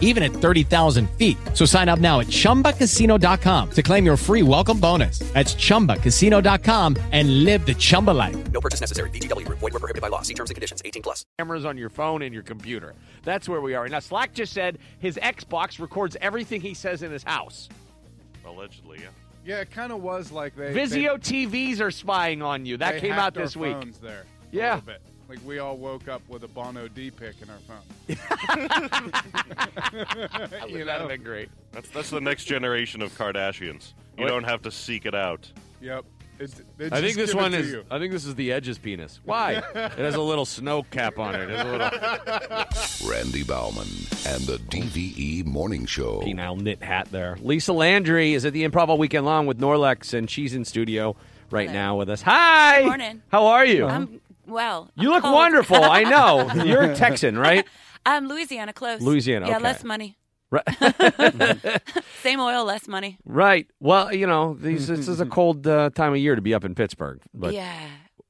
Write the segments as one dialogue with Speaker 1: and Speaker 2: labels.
Speaker 1: even at 30,000 feet. So sign up now at chumbacasino.com to claim your free welcome bonus. That's chumbacasino.com and live the Chumba life.
Speaker 2: No purchase necessary. VGW Group. Void were prohibited by law. See terms and conditions. 18 plus.
Speaker 3: cameras on your phone and your computer. That's where we are. Now, Slack just said his Xbox records everything he says in his house.
Speaker 4: Allegedly, yeah.
Speaker 5: Yeah, it kind of was like they.
Speaker 3: Vizio TVs are spying on you.
Speaker 5: they,
Speaker 3: That
Speaker 5: they
Speaker 3: came out
Speaker 5: hacked our
Speaker 3: this week.
Speaker 5: Phones there. a
Speaker 3: Yeah.
Speaker 5: little bit. Like we all woke up with a Bono D pick in our phone. you know?
Speaker 3: been great.
Speaker 4: That's that's the next generation of Kardashians. You don't have to seek it out.
Speaker 5: Yep. It's, they
Speaker 6: I
Speaker 5: just
Speaker 6: think this
Speaker 5: give it
Speaker 6: one
Speaker 5: to
Speaker 6: is.
Speaker 5: you.
Speaker 6: I think this is the edge's penis. Why? it has a little snow cap on it. It has a little
Speaker 7: Randy Bauman and the DVE Morning Show.
Speaker 6: penile knit hat there. Lisa Landry is at the Improv all weekend long with Norlex, and she's in studio right
Speaker 8: Hello.
Speaker 6: now with us. Hi.
Speaker 8: Good morning.
Speaker 6: How are you?
Speaker 8: I'm well.
Speaker 6: you
Speaker 8: I'm
Speaker 6: look
Speaker 8: cold.
Speaker 6: wonderful. I know. You're a Texan, right?
Speaker 8: I'm Louisiana close.
Speaker 6: Louisiana,
Speaker 8: Yeah,
Speaker 6: okay.
Speaker 8: less money.
Speaker 6: Right.
Speaker 8: Same oil, less money.
Speaker 6: right. Well, you know, these, this is a cold uh, time of year to be up in Pittsburgh, but
Speaker 8: yeah.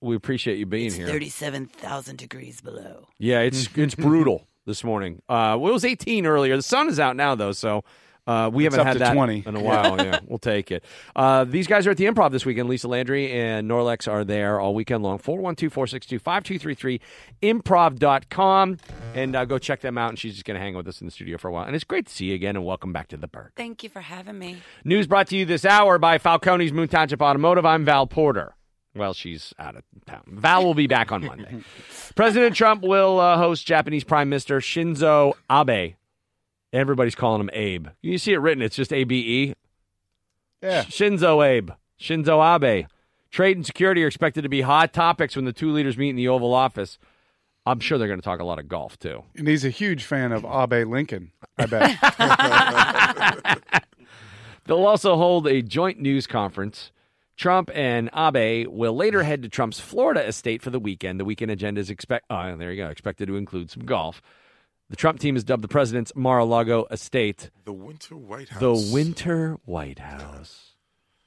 Speaker 6: we appreciate you being here.
Speaker 8: Thirty-seven thousand degrees below.
Speaker 6: Yeah, it's it's brutal this morning. Uh, well, it was 18 earlier. The sun is out now though, so uh, we haven't
Speaker 5: up
Speaker 6: had
Speaker 5: to
Speaker 6: that
Speaker 5: 20.
Speaker 6: in a while. yeah, we'll take it. Uh, these guys are at the Improv this weekend. Lisa Landry and Norlex are there all weekend long. 412-462-5233, improv.com. And uh, go check them out. And she's just going to hang with us in the studio for a while. And it's great to see you again. And welcome back to the Berg.
Speaker 8: Thank you for having me.
Speaker 6: News brought to you this hour by Falcone's Moon Township Automotive. I'm Val Porter. Well, she's out of town. Val will be back on Monday. President Trump will uh, host Japanese Prime Minister Shinzo Abe. Everybody's calling him Abe. You see it written, it's just A B E.
Speaker 5: Yeah.
Speaker 6: Shinzo Abe. Shinzo Abe. Trade and security are expected to be hot topics when the two leaders meet in the Oval Office. I'm sure they're going to talk a lot of golf, too.
Speaker 5: And he's a huge fan of Abe Lincoln. I bet.
Speaker 6: They'll also hold a joint news conference. Trump and Abe will later head to Trump's Florida estate for the weekend. The weekend agenda is expect. Oh, there you go. Expected to include some golf. The Trump team is dubbed the president's Mar-a-Lago estate,
Speaker 9: The Winter White House.
Speaker 6: the Winter White House.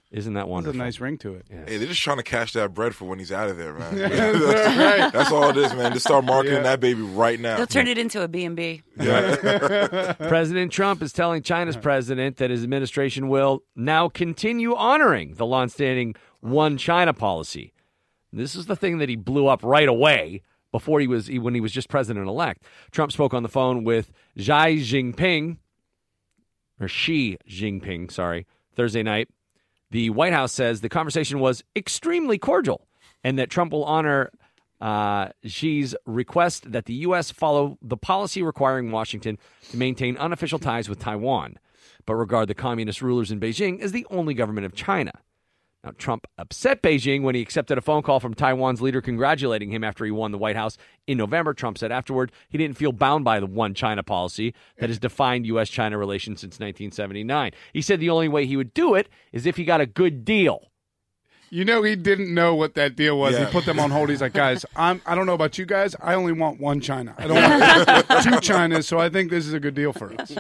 Speaker 6: Isn't that
Speaker 5: There's
Speaker 6: wonderful?
Speaker 5: a nice ring to it. Yeah.
Speaker 9: Hey, they're just trying to cash that bread for when he's out of there, man.
Speaker 5: right.
Speaker 9: That's all it is, man. Just start marketing
Speaker 5: Yeah.
Speaker 9: that baby right now.
Speaker 8: They'll turn it into a B and B.
Speaker 6: President Trump is telling China's president that his administration will now continue honoring the longstanding one China policy. This is the thing that he blew up right away before he was he- when he was just president elect. Trump spoke on the phone with Xi Jinping or Xi Jinping, sorry, Thursday night. The White House says the conversation was extremely cordial and that Trump will honor uh, Xi's request that the U.S. follow the policy requiring Washington to maintain unofficial ties with Taiwan, but regard the communist rulers in Beijing as the only government of China. Now, Trump upset Beijing when he accepted a phone call from Taiwan's leader congratulating him after he won the White House in November. Trump said afterward he didn't feel bound by the one China policy that has defined U.S. China relations since 1979. He said the only way he would do it is if he got a good deal.
Speaker 5: You know he didn't know what that deal was.
Speaker 9: Yeah.
Speaker 5: He put them on hold. He's like, guys, I'm. I don't know about you guys. I only want one China. I don't want two Chinas. So I think this is a good deal for us.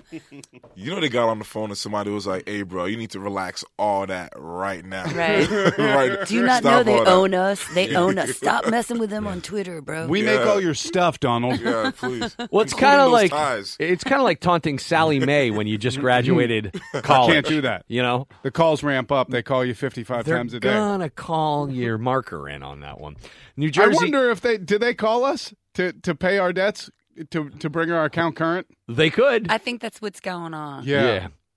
Speaker 9: You know they got on the phone and somebody was like, "Hey, bro, you need to relax all that right now."
Speaker 8: Right.
Speaker 9: right.
Speaker 8: Do you not know
Speaker 9: Stop
Speaker 8: they
Speaker 9: all that.
Speaker 8: own us? They own us. Stop messing with them on Twitter, bro.
Speaker 5: We make all your stuff, Donald.
Speaker 9: Yeah, please.
Speaker 6: Well, it's
Speaker 9: Including
Speaker 6: kind of
Speaker 9: those
Speaker 6: like
Speaker 9: ties.
Speaker 6: it's kind of like taunting Sally Mae when you just graduated college.
Speaker 5: Can't do that.
Speaker 6: You know,
Speaker 5: The calls ramp up. They call you 55
Speaker 6: they're
Speaker 5: times a day.
Speaker 6: gonna call your marker in on that one. New
Speaker 5: I
Speaker 6: Jersey.
Speaker 5: wonder if they do they call us to to pay our debts to to bring our account current.
Speaker 6: they could.
Speaker 8: I think that's what's going on.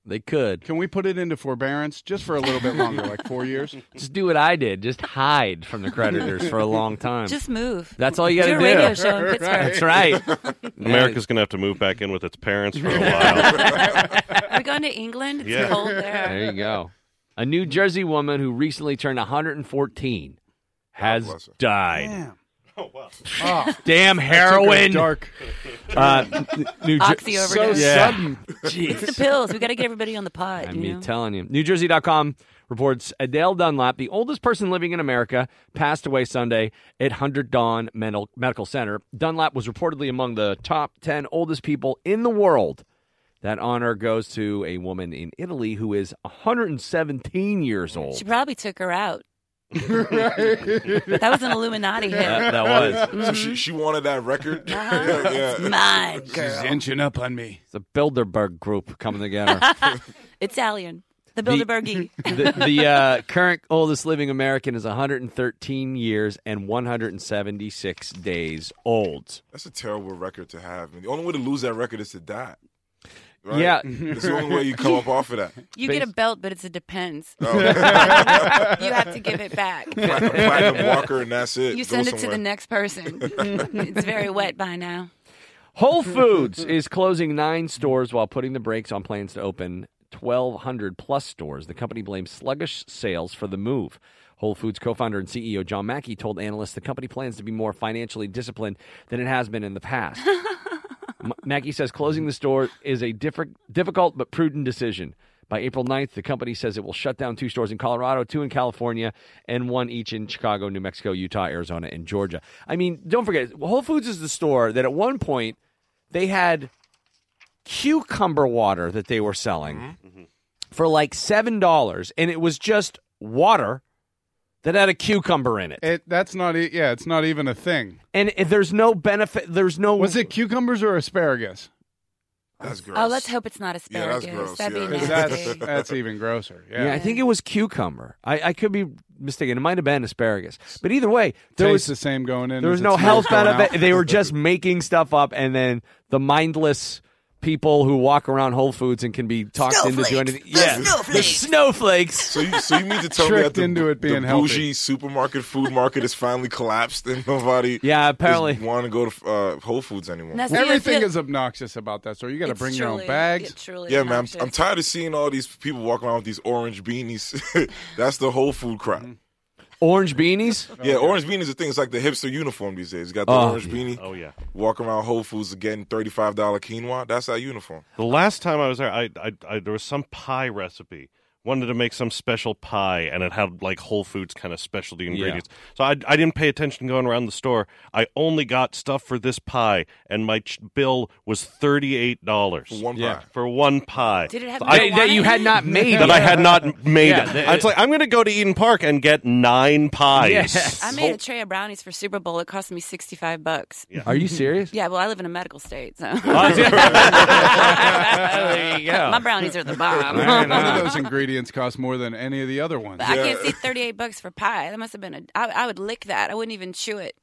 Speaker 6: they could.
Speaker 5: Can we put it into forbearance just for a little bit longer, like four years?
Speaker 6: Just do what I did. Just hide from the creditors for a long time.
Speaker 8: Just move.
Speaker 6: That's all you
Speaker 8: do
Speaker 6: gotta
Speaker 8: a radio
Speaker 6: do.
Speaker 8: show in Pittsburgh.
Speaker 6: That's right.
Speaker 4: America's going to have to move back in with its parents for a while.
Speaker 8: Are we going to England? It's
Speaker 4: Yeah.
Speaker 8: cold
Speaker 6: There
Speaker 8: there.
Speaker 6: you go. A New Jersey woman who recently turned 114 has
Speaker 9: bless her. Oh,
Speaker 6: died.
Speaker 5: Damn.
Speaker 6: Damn
Speaker 5: Took a
Speaker 6: heroin.
Speaker 5: Dark.
Speaker 6: Uh, New Jer-
Speaker 8: Oxy overdose.
Speaker 5: So
Speaker 6: Yeah.
Speaker 5: sudden.
Speaker 8: It's the pills. We got to get everybody on the pod.
Speaker 6: I'm
Speaker 8: you know?
Speaker 6: telling you. NewJersey.com reports Adele Dunlap, the oldest person living in America, passed away Sunday at 100 Dawn Mental- Medical Center. Dunlap was reportedly among the top 10 oldest people in the world. That honor goes to a woman in Italy who is 117 years old.
Speaker 8: she probably took her out. that was an Illuminati hit.
Speaker 6: That, that was.
Speaker 9: So she, she wanted that record. yeah, yeah.
Speaker 8: Mine,
Speaker 5: She's
Speaker 8: girl.
Speaker 5: inching up on me.
Speaker 6: It's a Bilderberg group coming together.
Speaker 8: Italian. The Bilderbergie.
Speaker 6: the the uh, current oldest living American is 113 years and 176 days old.
Speaker 9: That's a terrible record to have. And the only way to lose that record is to die. Right? Mm-hmm.
Speaker 6: Yeah.
Speaker 9: It's the only way you come up off of that.
Speaker 8: You get a belt, but it's a depends.
Speaker 9: Oh.
Speaker 8: you have to give it back.
Speaker 9: Platinum, platinum Walker, and that's it.
Speaker 8: You
Speaker 9: Go
Speaker 8: send it to
Speaker 9: somewhere.
Speaker 8: the next person. it's very wet by now.
Speaker 6: Whole Foods is closing nine stores while putting the brakes on plans to open 1,200 plus stores. The company blames sluggish sales for the move. Whole Foods co founder and CEO John Mackey told analysts the company plans to be more financially disciplined than it has been in the past. M- Mackey says closing the store is a different, difficult but prudent decision. By April 9th, the company says it will shut down two stores in Colorado, two in California, and one each in Chicago, New Mexico, Utah, Arizona, and Georgia. I mean, don't forget, Whole Foods is the store that at one point they had cucumber water that they were selling Mm-hmm. for like $7, and it was just water that had a cucumber in it.
Speaker 5: It, that's not. e- Yeah, it's not even a thing.
Speaker 6: And there's no benefit, there's no.
Speaker 5: Was it cucumbers or asparagus?
Speaker 9: That's gross.
Speaker 8: Oh, let's hope it's not
Speaker 9: Yeah, that's
Speaker 8: asparagus.
Speaker 9: gross,
Speaker 8: That'd
Speaker 9: yeah.
Speaker 8: be
Speaker 5: 'Cause
Speaker 8: nasty.
Speaker 5: that's that's even grosser.
Speaker 6: Yeah,
Speaker 5: Yeah,
Speaker 6: I think it was cucumber. I, I could be mistaken. It might have been asparagus. But either way, there
Speaker 5: tastes the
Speaker 6: was
Speaker 5: same going in.
Speaker 6: there was
Speaker 5: as
Speaker 6: no
Speaker 5: it smells
Speaker 6: health
Speaker 5: going out.
Speaker 6: benefit. They were just making stuff up, and then the mindless people who walk around Whole Foods and can be talked into doing
Speaker 8: Snowflakes.
Speaker 6: anything.
Speaker 8: The
Speaker 6: Yeah, the
Speaker 8: snowflakes.
Speaker 6: snowflakes.
Speaker 9: So you, so you mean to tell me
Speaker 5: Tricked
Speaker 9: that the,
Speaker 5: into it being
Speaker 9: the
Speaker 5: healthy.
Speaker 9: bougie supermarket food market has finally collapsed and nobody
Speaker 6: Yeah, apparently.
Speaker 9: want to go to uh, Whole Foods anymore?
Speaker 8: That's-
Speaker 5: Everything
Speaker 8: Yeah,
Speaker 5: is obnoxious about that store. You got to
Speaker 8: it's
Speaker 5: bring your own
Speaker 8: truly-
Speaker 5: bags.
Speaker 8: it truly
Speaker 9: yeah,
Speaker 8: is
Speaker 9: man, I'm, I'm
Speaker 8: noxious.
Speaker 9: tired of seeing all these people walking around with these orange beanies. That's the Whole Food crap.
Speaker 5: Mm-hmm.
Speaker 6: Orange beanies.
Speaker 5: Oh,
Speaker 9: Yeah, orange beanies are thing. It's like the hipster uniform these days. You got the
Speaker 6: Oh,
Speaker 9: orange beanie.
Speaker 4: Oh yeah.
Speaker 9: Walking around Whole Foods getting thirty five dollar quinoa. That's our uniform.
Speaker 4: The last time I was there, I, I, I there was some pie recipe. Wanted to make some special pie, and it had like Whole Foods kind of specialty ingredients. So I, I didn't pay attention going around the store. I only got stuff for this pie, and my ch- bill was thirty eight dollars
Speaker 9: One pie.
Speaker 4: for one pie.
Speaker 8: Did it have
Speaker 4: I-
Speaker 8: marijuana
Speaker 6: that you
Speaker 8: in
Speaker 6: had
Speaker 8: it?
Speaker 6: not made.
Speaker 4: that I had not made.
Speaker 6: Yeah,
Speaker 4: it.
Speaker 6: the-
Speaker 4: I was like, I'm going to go to Eden Park and get nine pies.
Speaker 6: Yes.
Speaker 8: I made a tray of brownies for Super Bowl. It cost me 65 bucks. Yeah,
Speaker 6: Are you serious?
Speaker 8: well, I live in a medical state, so
Speaker 6: there you go.
Speaker 8: my brownies are the bomb.
Speaker 5: None of those ingredients cost more than any of the other ones.
Speaker 8: I can't see 38 bucks for pie. That must have been a. I, I would lick that. I wouldn't even chew it.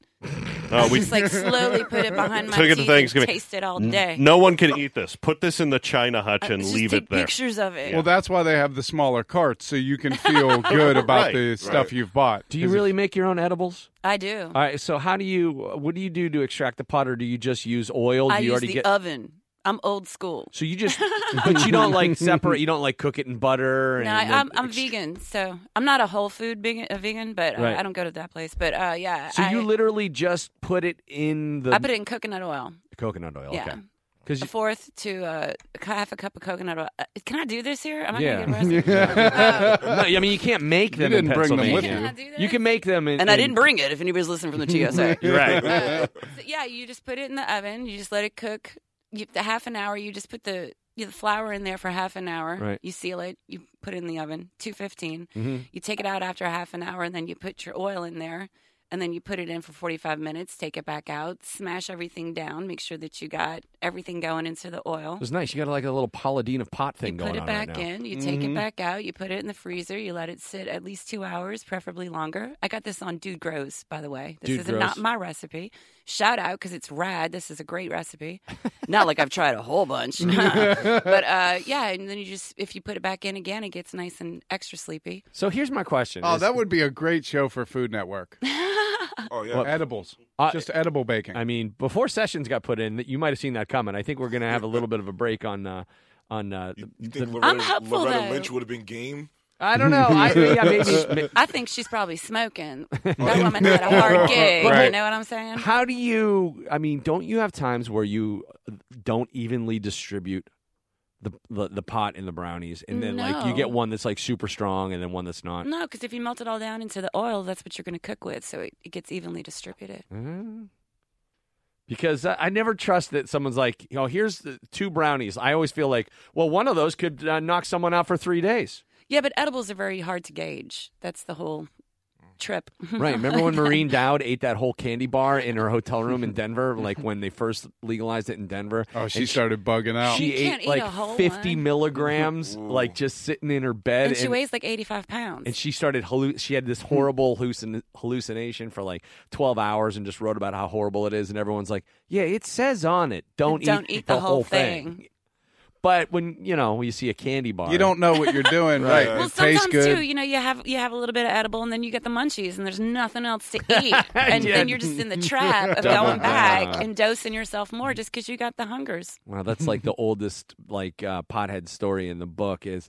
Speaker 4: Uh, we
Speaker 8: Just like slowly put it behind my
Speaker 4: Took it to
Speaker 8: teeth
Speaker 4: Thanksgiving.
Speaker 8: and taste it all day.
Speaker 4: no one can eat this. Put this in the china hutch and
Speaker 8: Uh, Just
Speaker 4: leave
Speaker 8: take
Speaker 4: it there.
Speaker 8: pictures of it.
Speaker 5: Well, that's why they have the smaller carts, so you can feel good about
Speaker 4: Right,
Speaker 5: the stuff you've bought.
Speaker 6: Do you really make your own edibles?
Speaker 8: I do.
Speaker 6: All right. So how do you? What do you do to extract the pot, or do you just use oil?
Speaker 8: I
Speaker 6: do you
Speaker 8: use
Speaker 6: already
Speaker 8: the
Speaker 6: get?
Speaker 8: oven. I'm old school.
Speaker 6: so you just, but you don't like separate. You don't like cook it in butter.
Speaker 8: No, I,
Speaker 6: and
Speaker 8: I'm, I'm vegan, so I'm not a whole food vegan, a vegan but uh,
Speaker 6: Right.
Speaker 8: I don't go to that place. But uh, yeah,
Speaker 6: So
Speaker 8: I,
Speaker 6: you literally just put it in the
Speaker 8: I put it in coconut oil.
Speaker 6: coconut oil.
Speaker 8: Yeah.
Speaker 6: Okay. Because
Speaker 8: A fourth to uh, c- half a cup of coconut oil. Uh, can I do this here? Am I
Speaker 6: Yeah.
Speaker 8: gonna get arrested?
Speaker 6: no, I mean you can't make them.
Speaker 5: didn't
Speaker 6: in
Speaker 5: bring them with
Speaker 6: Pennsylvania.
Speaker 8: you. Can I Uh, do
Speaker 6: You can make them, in,
Speaker 8: and I
Speaker 6: in-
Speaker 8: didn't bring it. If anybody's listening from the TSA,
Speaker 6: Right.
Speaker 8: Uh, so, yeah, you just put it in the oven. You just let it cook. You, the half an hour. You just put the you, the flour in there for half an hour.
Speaker 6: Right.
Speaker 8: You seal it. You put it in the oven. Two You take it out after half an hour, and then you put your oil in there, and then you put it in for forty five minutes. Take it back out. Smash everything down. Make sure that you got everything going into the oil.
Speaker 6: It was nice. You got like a little Paladina pot thing
Speaker 8: you
Speaker 6: going
Speaker 8: put it
Speaker 6: on
Speaker 8: back
Speaker 6: right now.
Speaker 8: in you take it back out you put it in the freezer you let it sit at least two hours preferably longer i got this on dude grows by the way this
Speaker 6: Dude
Speaker 8: is not
Speaker 6: Grows.
Speaker 8: my recipe shout out because it's rad this is a great recipe not like i've tried a whole bunch but uh, yeah and then you just if you put it back in again it gets nice and extra sleepy
Speaker 6: So here's my question.
Speaker 5: Oh,
Speaker 6: is-
Speaker 5: that would be a great show for Food Network.
Speaker 9: Oh yeah.
Speaker 5: Edibles,
Speaker 6: Uh,
Speaker 5: just edible baking.
Speaker 6: I mean, before sessions got put in, that you might have seen that coming. I think we're going to have a little bit of a break on uh, on uh,
Speaker 9: You,
Speaker 6: the-
Speaker 9: you
Speaker 6: the
Speaker 9: think Loretta,
Speaker 8: I'm hopeful,
Speaker 9: Loretta
Speaker 8: though.
Speaker 9: Lynch would have been game
Speaker 6: I don't know. I, yeah, maybe.
Speaker 8: I think she's probably smoking. That woman had a hard gig. You
Speaker 6: Right.
Speaker 8: know what I'm saying?
Speaker 6: How do you? I mean, don't you have times where you don't evenly distribute the the, the pot and the brownies, and then like you get
Speaker 8: No. Mm.
Speaker 6: one that's like super strong, and then one that's not?
Speaker 8: No, because if you melt it all down into the oil, that's what you're going to cook with, so it, it gets evenly distributed.
Speaker 6: Mm. Because I, I never trust that someone's like, you know, here's the two brownies. I always feel like, well, one of those could uh, knock someone out for three days.
Speaker 8: Yeah, but edibles are very hard to gauge. That's the whole trip.
Speaker 6: Right. Remember when Maureen Dowd ate that whole candy bar in her hotel room in Denver, like when they first legalized it in Denver?
Speaker 5: Oh, she
Speaker 6: And
Speaker 5: started bugging out.
Speaker 6: She
Speaker 8: You can't
Speaker 6: ate
Speaker 8: eat
Speaker 6: like
Speaker 8: a whole
Speaker 6: 50
Speaker 8: one.
Speaker 6: milligrams, like just sitting in her bed.
Speaker 8: and she weighs like 85 pounds.
Speaker 6: and she started, hallu- she had this
Speaker 5: Hmm.
Speaker 6: horrible hallucin- hallucination for like 12 hours and just wrote about how horrible it is. And everyone's like, yeah, it says on it, don't,
Speaker 8: Don't eat the whole
Speaker 6: thing.
Speaker 8: thing.
Speaker 6: But when, you know, you see a candy bar.
Speaker 5: you don't know what you're doing, right?
Speaker 9: Right.
Speaker 5: It
Speaker 8: well,
Speaker 5: tastes
Speaker 8: sometimes
Speaker 5: good.
Speaker 8: too, you know, you have you have a little bit of edible, and then you get the munchies, and there's nothing else to eat, and
Speaker 6: Yeah.
Speaker 8: then you're just in the trap of
Speaker 6: Double
Speaker 8: going back
Speaker 6: down.
Speaker 8: and dosing yourself more just because you got the hungers.
Speaker 6: Wow, that's like the oldest like uh, pothead story in the book is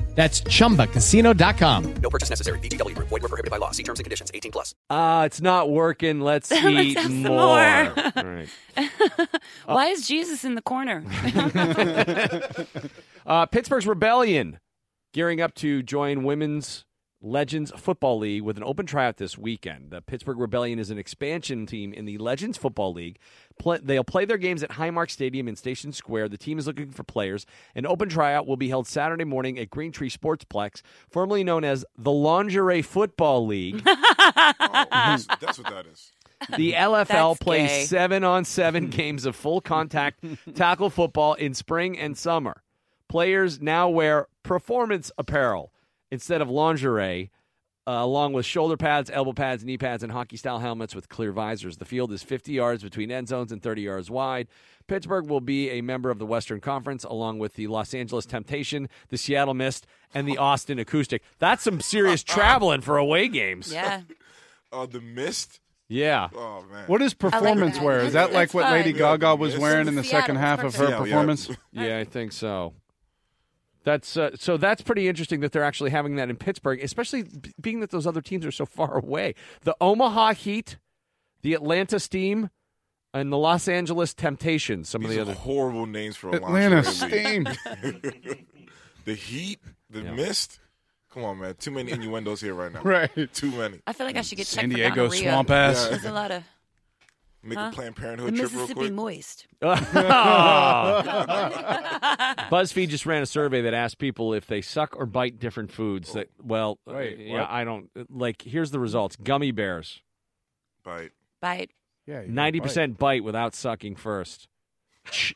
Speaker 1: That's chumbacasino.com.
Speaker 2: No purchase necessary. VGW Group. Void were prohibited by law. See terms and conditions. 18 plus.
Speaker 6: uh it's not working. Let's eat
Speaker 8: have some
Speaker 6: more.
Speaker 8: more.
Speaker 6: All right.
Speaker 8: Why is Jesus in the corner?
Speaker 6: Uh, Pittsburgh's Rebellion gearing up to join Women's Legends Football League with an open tryout this weekend. The Pittsburgh Rebellion is an expansion team in the Legends Football League. Pla they'll play their games at Highmark Stadium in Station Square. The team is looking for players. An open tryout will be held Saturday morning at Green Tree Sportsplex, formerly known as the Lingerie Football League.
Speaker 9: Oh, that's, that's what that is.
Speaker 6: The LFL
Speaker 8: That's
Speaker 6: plays
Speaker 8: gay.
Speaker 6: seven on seven games of full contact tackle football in spring and summer. Players now wear performance apparel instead of lingerie, uh, along with shoulder pads, elbow pads, knee pads, and hockey style helmets with clear visors. The field is 50 yards between end zones and 30 yards wide. Pittsburgh will be a member of the Western Conference, along with the Los Angeles Temptation, the Seattle Mist, and the Austin Acoustic. That's some serious traveling for away games.
Speaker 8: yeah,
Speaker 9: Oh, the mist.
Speaker 6: Yeah.
Speaker 9: Oh man.
Speaker 5: What does performance
Speaker 8: that.
Speaker 5: wear? Is that like
Speaker 8: That's
Speaker 5: what
Speaker 8: fine.
Speaker 5: Lady Gaga was
Speaker 9: Yeah,
Speaker 5: wearing in the
Speaker 8: Seattle,
Speaker 5: second half of her
Speaker 9: Seattle, yeah.
Speaker 5: performance?
Speaker 6: Yeah, I think so. That's uh, so. That's pretty interesting that they're actually having that in Pittsburgh, especially b- being that those other teams are so far away. The Omaha Heat, the Atlanta Steam, and the Los Angeles Temptations. Some
Speaker 9: These
Speaker 6: of
Speaker 9: are
Speaker 6: the other.
Speaker 9: horrible names for a
Speaker 5: Atlanta
Speaker 9: lingerie league.
Speaker 5: Steam.
Speaker 9: The heat, the mist. Come on, man. Too many innuendos here right now.
Speaker 5: Right.
Speaker 9: Too many.
Speaker 8: I feel like I should get checked
Speaker 5: San
Speaker 8: for
Speaker 5: Diego
Speaker 8: gonorrhea.
Speaker 5: swamp ass.
Speaker 8: There's a lot of
Speaker 9: Make a Planned
Speaker 8: the
Speaker 9: Parenthood trip real
Speaker 8: Mississippi
Speaker 9: quick.
Speaker 8: moist.
Speaker 6: BuzzFeed just ran a survey that asked people if they suck or bite different foods. That well, uh,
Speaker 5: Wait,
Speaker 6: yeah,
Speaker 5: what?
Speaker 6: I don't like. Here's the results: gummy bears,
Speaker 9: Bite.
Speaker 8: Bite.
Speaker 5: Yeah. you
Speaker 6: ninety
Speaker 5: right.
Speaker 6: percent bite without sucking first. Ch-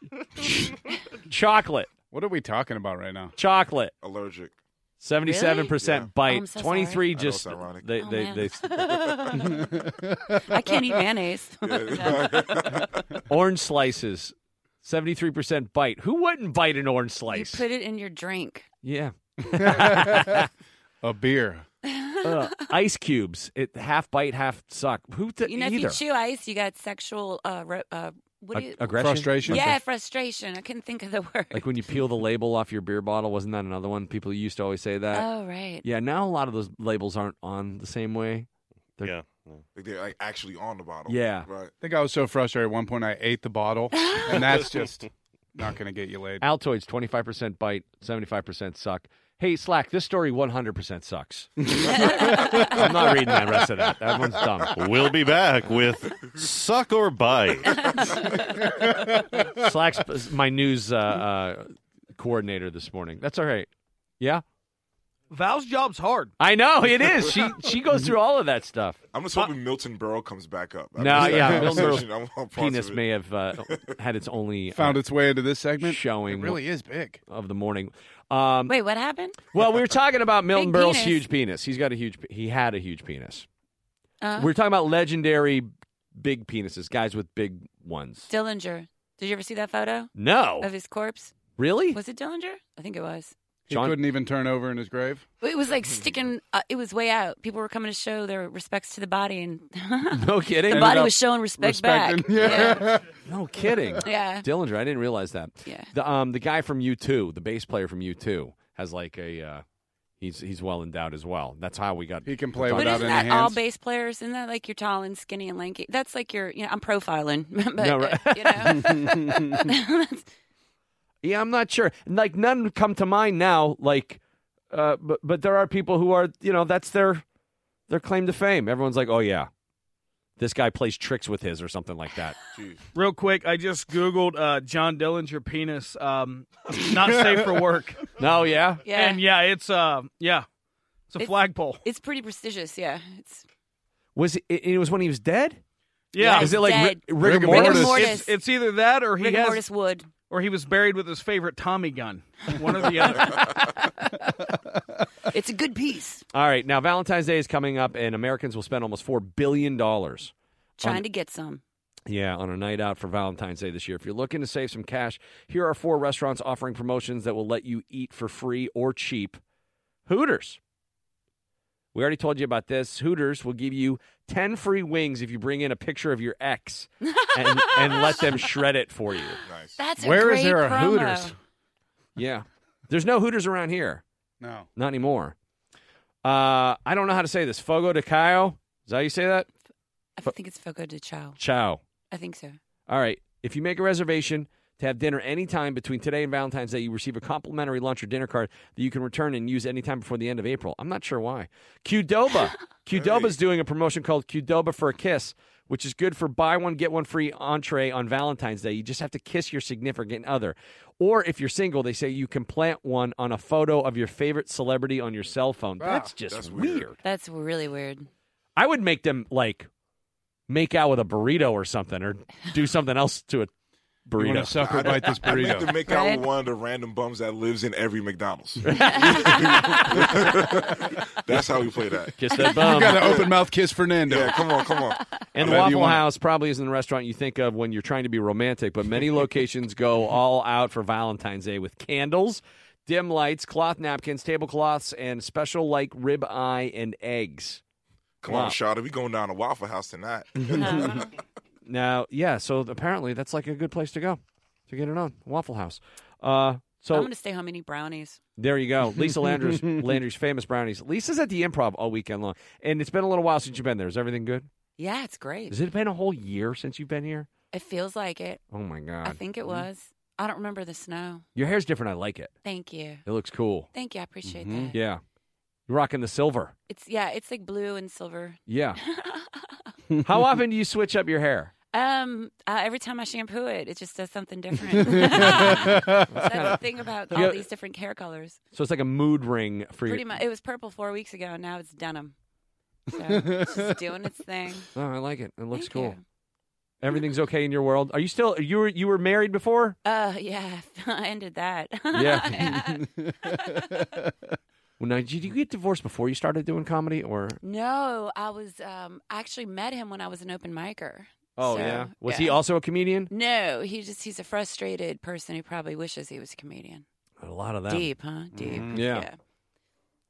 Speaker 6: chocolate,
Speaker 5: What are we talking about right now?
Speaker 6: chocolate.
Speaker 9: Allergic.
Speaker 6: Seventy-seven
Speaker 9: Really?
Speaker 6: percent
Speaker 9: Yeah.
Speaker 6: bite.
Speaker 8: Oh, I'm so
Speaker 6: Twenty-three
Speaker 9: sorry. I know
Speaker 6: just
Speaker 9: it's ironic.
Speaker 6: they
Speaker 8: Oh,
Speaker 6: they,
Speaker 8: man.
Speaker 6: they
Speaker 8: I can't eat mayonnaise.
Speaker 6: orange slices. Seventy-three percent bite. Who wouldn't bite an orange
Speaker 8: you
Speaker 6: slice?
Speaker 8: put it in your drink.
Speaker 6: yeah.
Speaker 5: A beer.
Speaker 6: Ugh. ice cubes. It half bite, half suck. Who t-
Speaker 8: You know,
Speaker 6: either?
Speaker 8: if you chew ice, you got sexual. Uh, ro- uh, what do
Speaker 6: A-
Speaker 8: you?
Speaker 6: aggression.
Speaker 5: Frustration.
Speaker 8: yeah, frustration. I couldn't think of the word.
Speaker 6: Like when you peel the label off your beer bottle. Wasn't that another one? People used to always say that.
Speaker 8: oh right.
Speaker 6: yeah. Now a lot of those labels aren't on the same way.
Speaker 4: Yeah.
Speaker 9: Like they're like actually on the bottle.
Speaker 6: Yeah.
Speaker 9: Right.
Speaker 5: I think I was so frustrated at one point I ate the bottle, and that's just not going to get you laid.
Speaker 6: Altoids. Twenty-five percent bite. Seventy-five percent suck. Hey Slack, this story one hundred percent sucks. I'm not reading that rest of that. That one's dumb.
Speaker 4: We'll be back with Suck or Bite.
Speaker 6: Slack's p- my news uh, uh, coordinator this morning. That's all right. Yeah,
Speaker 10: Val's job's hard.
Speaker 6: I know it is. She she goes through all of that stuff.
Speaker 9: I'm just hoping Milton Burrow comes back up. I
Speaker 6: Uh, No,
Speaker 9: missed that
Speaker 6: yeah, Bill Murray's
Speaker 9: conversation. I want parts of
Speaker 6: penis
Speaker 9: it.
Speaker 6: may have uh, had its only uh,
Speaker 5: Found its way into this segment.
Speaker 6: showing
Speaker 5: It really is big.
Speaker 6: of the morning. Um,
Speaker 8: Wait, what happened?
Speaker 6: well, we were talking about Milton
Speaker 8: Big
Speaker 6: Berle's
Speaker 8: penis.
Speaker 6: huge penis. He's got a huge. pe- He had a huge penis.
Speaker 8: Uh-huh.
Speaker 6: We're talking about legendary big penises, guys with big ones.
Speaker 8: Dillinger. Did you ever see that photo?
Speaker 6: No.
Speaker 8: Of his corpse?
Speaker 6: Really?
Speaker 8: Was it Dillinger? I think it was.
Speaker 5: He couldn't even turn over in his grave.
Speaker 8: It was
Speaker 6: Mm-hmm.
Speaker 8: like sticking, uh, it was way out. People were coming to show their respects to the body, and
Speaker 6: No kidding.
Speaker 8: the body was showing respect back.
Speaker 5: respecting- Yeah.
Speaker 6: No kidding.
Speaker 8: Yeah.
Speaker 6: Dillinger, I didn't realize that.
Speaker 8: Yeah.
Speaker 6: The um the guy from U two, the bass player from U two, has like a uh, he's he's well endowed as well. That's how we got.
Speaker 5: He can play
Speaker 6: that's
Speaker 8: But
Speaker 5: without
Speaker 8: isn't
Speaker 5: any
Speaker 8: that
Speaker 5: hands.
Speaker 8: all bass players? Isn't that like you're tall and skinny and lanky? That's like your, you know, I'm profiling, but
Speaker 6: No, right.
Speaker 8: uh, you know, That's-
Speaker 6: Yeah, I'm not sure. Like none come to mind now. Like, uh, but but there are people who are you know that's their their claim to fame. Everyone's like, oh yeah, this guy plays tricks with his or something like that.
Speaker 10: Real quick, I just Googled uh, John Dillinger penis. Um, not safe for work.
Speaker 6: no, yeah,
Speaker 8: yeah,
Speaker 10: And yeah, it's uh, yeah, it's a
Speaker 8: It's-
Speaker 10: flagpole.
Speaker 8: it's pretty prestigious. Yeah, it's
Speaker 6: was it? It was when he was dead.
Speaker 10: Yeah,
Speaker 6: Is it like
Speaker 8: Dead.
Speaker 6: ri- rigor
Speaker 5: Rigor
Speaker 6: mortis?
Speaker 8: rigor
Speaker 5: Mortis.
Speaker 8: mortis.
Speaker 10: it's, it's either that or he
Speaker 8: rigor
Speaker 10: has,
Speaker 8: mortis wood.
Speaker 10: or he was buried with his favorite Tommy gun. One or the other.
Speaker 8: It's a good piece.
Speaker 6: All right, now Valentine's Day is coming up, and Americans will spend almost four billion dollars.
Speaker 8: Trying to get some.
Speaker 6: Yeah, on a night out for Valentine's Day this year. If you're looking to save some cash, here are four restaurants offering promotions that will let you eat for free or cheap. Hooters. We already told you about this. Hooters will give you 10 free wings if you bring in a picture of your ex and, and let them shred it for you.
Speaker 9: Nice.
Speaker 8: That's a
Speaker 5: Where
Speaker 8: great
Speaker 5: is there a
Speaker 8: promo.
Speaker 5: Hooters?
Speaker 6: Yeah. There's no Hooters around here.
Speaker 5: No.
Speaker 6: Not anymore. Uh, I don't know how to say this. Fogo de Cayo. Is that how you say that?
Speaker 8: I think it's Fogo de Chao.
Speaker 6: Chow.
Speaker 8: I think so.
Speaker 6: All right. If you make a reservation to have dinner anytime between today and Valentine's Day, you receive a complimentary lunch or dinner card that you can return and use anytime before the end of April. I'm not sure why. Qdoba. Qdoba's doing a promotion called Qdoba for a Kiss, which is good for buy one, get one free entree on Valentine's Day. You just have to kiss your significant other. Or if you're single, they say you can plant one on a photo of your favorite celebrity on your cell phone. that's just
Speaker 9: that's
Speaker 6: weird.
Speaker 9: weird.
Speaker 8: That's really weird.
Speaker 6: I would make them like make out with a burrito or something or do something else to a
Speaker 5: You want to
Speaker 6: burrito.
Speaker 5: sucker bite this
Speaker 9: I need
Speaker 5: burrito?
Speaker 9: to make out
Speaker 8: Right?
Speaker 9: with one of the random bums that lives in every McDonald's. That's how we play that.
Speaker 6: Kiss that
Speaker 5: you
Speaker 6: bum.
Speaker 5: got an
Speaker 10: Um,
Speaker 5: open mouth kiss, Fernando.
Speaker 9: Yeah, come on, come on.
Speaker 6: and the
Speaker 5: Whatever you
Speaker 6: Waffle
Speaker 5: want.
Speaker 6: House probably isn't the restaurant you think of when you're trying to be romantic, but many locations go all out for Valentine's Day with candles, dim lights, cloth napkins, tablecloths, and special like rib eye and eggs.
Speaker 9: Come
Speaker 6: Wow.
Speaker 9: on, Shawty. We going down to Waffle House tonight.
Speaker 6: Now, yeah, so apparently that's like a good place to go to get it on Waffle House. Uh,
Speaker 8: I'm
Speaker 6: so
Speaker 8: gonna stay home and eat brownies.
Speaker 6: There you go. Lisa Landry's, Landry's famous brownies. Lisa's at the improv all weekend long. And it's been a little while since you've been there. Is everything good?
Speaker 8: Yeah, it's great.
Speaker 6: Has it been a whole year since you've been here?
Speaker 8: It feels like it.
Speaker 6: Oh my God.
Speaker 8: I think it was. I don't remember the snow.
Speaker 6: Your hair's different. I like it.
Speaker 8: Thank you.
Speaker 6: It looks cool.
Speaker 8: Thank you. I appreciate that.
Speaker 6: Yeah. You're rocking the silver.
Speaker 8: It's yeah, it's like blue and silver.
Speaker 6: Yeah. How often do you switch up your hair?
Speaker 8: Um, uh, every time I shampoo it, it just does something different. That's the thing about all
Speaker 6: Yeah.
Speaker 8: these different hair colors.
Speaker 6: So it's like a mood ring for
Speaker 8: Pretty
Speaker 6: you.
Speaker 8: much, it was purple four weeks ago. Now it's denim. So it's just doing its thing.
Speaker 6: Oh, I like it. It looks
Speaker 8: Thank
Speaker 6: cool. Everything's okay in your world. Are you still you were you were married before?
Speaker 8: You. Uh, yeah, I ended that.
Speaker 6: Yeah. Well, now, did you get divorced before you started doing comedy or
Speaker 8: No, I was um I actually met him when I was an open micer.
Speaker 6: Oh
Speaker 8: So,
Speaker 6: yeah. Was he
Speaker 8: yeah.
Speaker 6: also a comedian?
Speaker 8: No, he just he's a frustrated person who probably wishes he was a comedian.
Speaker 6: A lot of that.
Speaker 8: Deep, huh? Deep.
Speaker 6: Mm-hmm. Yeah.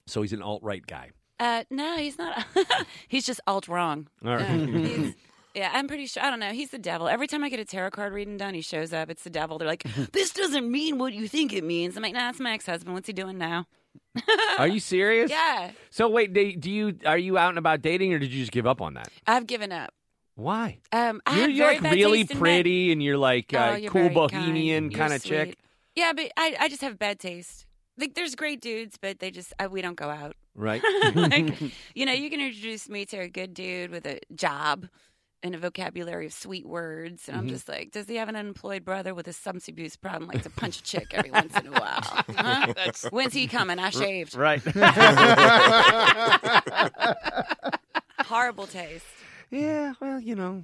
Speaker 6: So he's an alt right guy.
Speaker 8: Uh, no, he's not. he's just alt wrong.
Speaker 6: All right.
Speaker 8: No, he's- yeah, I'm pretty sure. I don't know. He's the devil. Every time I get a tarot card reading done, he shows up. It's the devil. They're like, this doesn't mean what you think it means. I'm like, nah, it's my ex husband. What's he doing now?
Speaker 6: Are you serious?
Speaker 8: Yeah,
Speaker 6: So wait, do do you are you out and about dating, or did you just give up on that?
Speaker 8: I've given up.
Speaker 6: Why?
Speaker 8: Um, I
Speaker 6: you're
Speaker 8: have
Speaker 6: you're
Speaker 8: very
Speaker 6: like
Speaker 8: bad
Speaker 6: really
Speaker 8: taste in men.
Speaker 6: pretty, and you're like
Speaker 8: Oh,
Speaker 6: uh,
Speaker 8: you're
Speaker 6: cool
Speaker 8: very
Speaker 6: bohemian
Speaker 8: kind. You're
Speaker 6: kind of chick,
Speaker 8: sweet. Yeah, but I, I just have bad taste. Like, there's great dudes, but they just I, we don't go out.
Speaker 6: right?
Speaker 8: like, you know, you can introduce me to a good dude with a job and a vocabulary of sweet words, and I'm
Speaker 6: Mm-hmm.
Speaker 8: just like, does he have an unemployed brother with a substance abuse problem? Like to punch a chick every once in a while. Huh? When's he coming? I shaved.
Speaker 6: right.
Speaker 8: Horrible taste.
Speaker 6: yeah. Well, you know,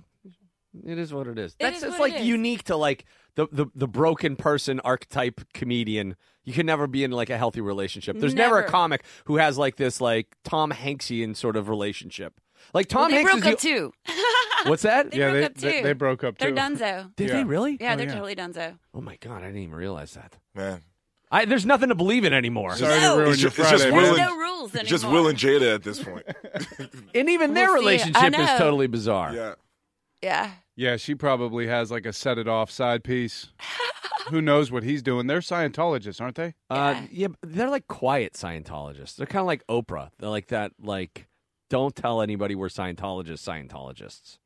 Speaker 6: it is what it is.
Speaker 8: It
Speaker 6: That's
Speaker 8: is
Speaker 6: it's
Speaker 8: what it
Speaker 6: like
Speaker 8: is.
Speaker 6: unique to like the, the the broken person archetype comedian. You can never be in like a healthy relationship. There's never, a
Speaker 8: Never.
Speaker 6: comic who has like this like Tom Hanksian sort of relationship. Like Tom
Speaker 8: they
Speaker 6: Hanks
Speaker 8: broke
Speaker 6: is
Speaker 8: up
Speaker 6: the-
Speaker 8: too.
Speaker 6: What's that?
Speaker 8: They Yeah, broke they- up they- too. they
Speaker 6: broke up
Speaker 8: They're Dunzo.
Speaker 6: Did they really?
Speaker 8: Yeah, they're totally Dunzo.
Speaker 6: Oh my god, I didn't even realize that.
Speaker 9: Man,
Speaker 6: I, there's nothing to believe in anymore.
Speaker 9: Sorry to No. ruin It's your ju- it's just Friday, man.
Speaker 8: There's
Speaker 9: Will
Speaker 8: no
Speaker 9: and-
Speaker 8: rules
Speaker 9: it's
Speaker 8: anymore.
Speaker 9: just Will and Jada at this point.
Speaker 6: and even
Speaker 8: their We'll see. relationship I is know. totally
Speaker 6: bizarre.
Speaker 9: Yeah.
Speaker 8: Yeah.
Speaker 5: Yeah, she probably has like a set it off side piece. Who knows what he's doing? They're Scientologists, aren't they?
Speaker 6: Uh, yeah, but they're like quiet Scientologists. They're kind of like Oprah. They're like that, like don't tell anybody we're Scientologists. Scientologists,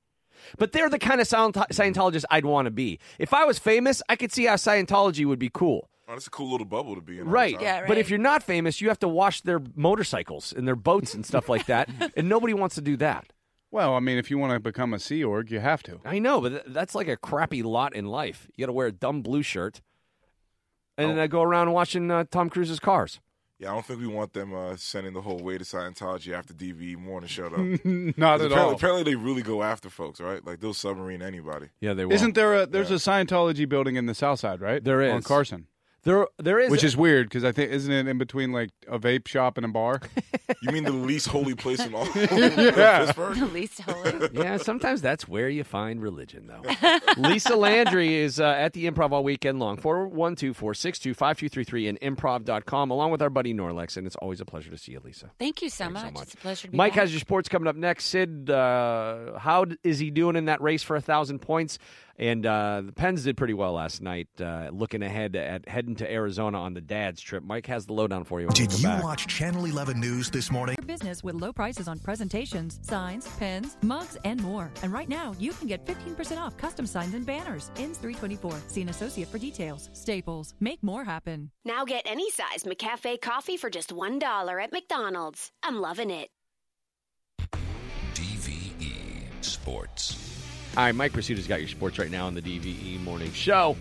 Speaker 6: but they're the kind of Scient- Scientologist I'd want to be. If I was famous, I could see how Scientology would be cool.
Speaker 9: Oh, that's a cool little bubble to be in. all the
Speaker 6: Right.
Speaker 9: time.
Speaker 6: But if you're not famous, you have to wash their motorcycles and their boats and stuff like that, and nobody wants to do that.
Speaker 5: Well, I mean, if you want to become a Sea Org, you have to.
Speaker 6: I know, but th- that's like a crappy lot in life. You got to wear a dumb blue shirt, and then I go around watching uh, Tom Cruise's cars.
Speaker 9: Yeah, I don't think we want them uh, sending the whole way to Scientology after DVE morning showed up.
Speaker 5: Not
Speaker 9: 'Cause
Speaker 5: at
Speaker 9: apparently,
Speaker 5: all.
Speaker 9: Apparently, they really go after folks, right? Like they'll submarine anybody.
Speaker 6: Yeah, they
Speaker 5: Isn't there a there's a Scientology building in the South Side, right? There
Speaker 6: is.
Speaker 5: on Carson.
Speaker 6: There there is
Speaker 5: which is weird because I think isn't it in between like a vape shop and a bar?
Speaker 9: you mean the least holy place in all?
Speaker 5: yeah.
Speaker 8: the least holy.
Speaker 6: yeah, sometimes that's where you find religion, though. Lisa Landry is uh, at the improv all weekend long. 412 462 5233 and improv.com, along with our buddy Norlex. And it's always a pleasure to see you, Lisa.
Speaker 8: Thank you so, much. It's a pleasure to be
Speaker 6: Mike
Speaker 8: back.
Speaker 6: has your sports coming up next. Sid, uh, how d- is he doing in that race for a 1,000 points? And uh, the Pens did pretty well last night, uh, looking ahead at heading to Arizona on the dad's trip. Mike has the lowdown for you. when we
Speaker 11: Did
Speaker 6: come
Speaker 11: you
Speaker 6: back.
Speaker 11: watch Channel 11 News this morning?
Speaker 12: Your business with low prices on presentations, signs, pens, mugs, and more. And right now, you can get 15% off custom signs and banners. Ends 324. See an associate for details. Staples. Make more happen.
Speaker 13: Now get any size McCafe coffee for just $1 at McDonald's. I'm loving it.
Speaker 7: DVE E Sports.
Speaker 6: All right, Mike Rasita's got your sports right now on the DVE Morning Show.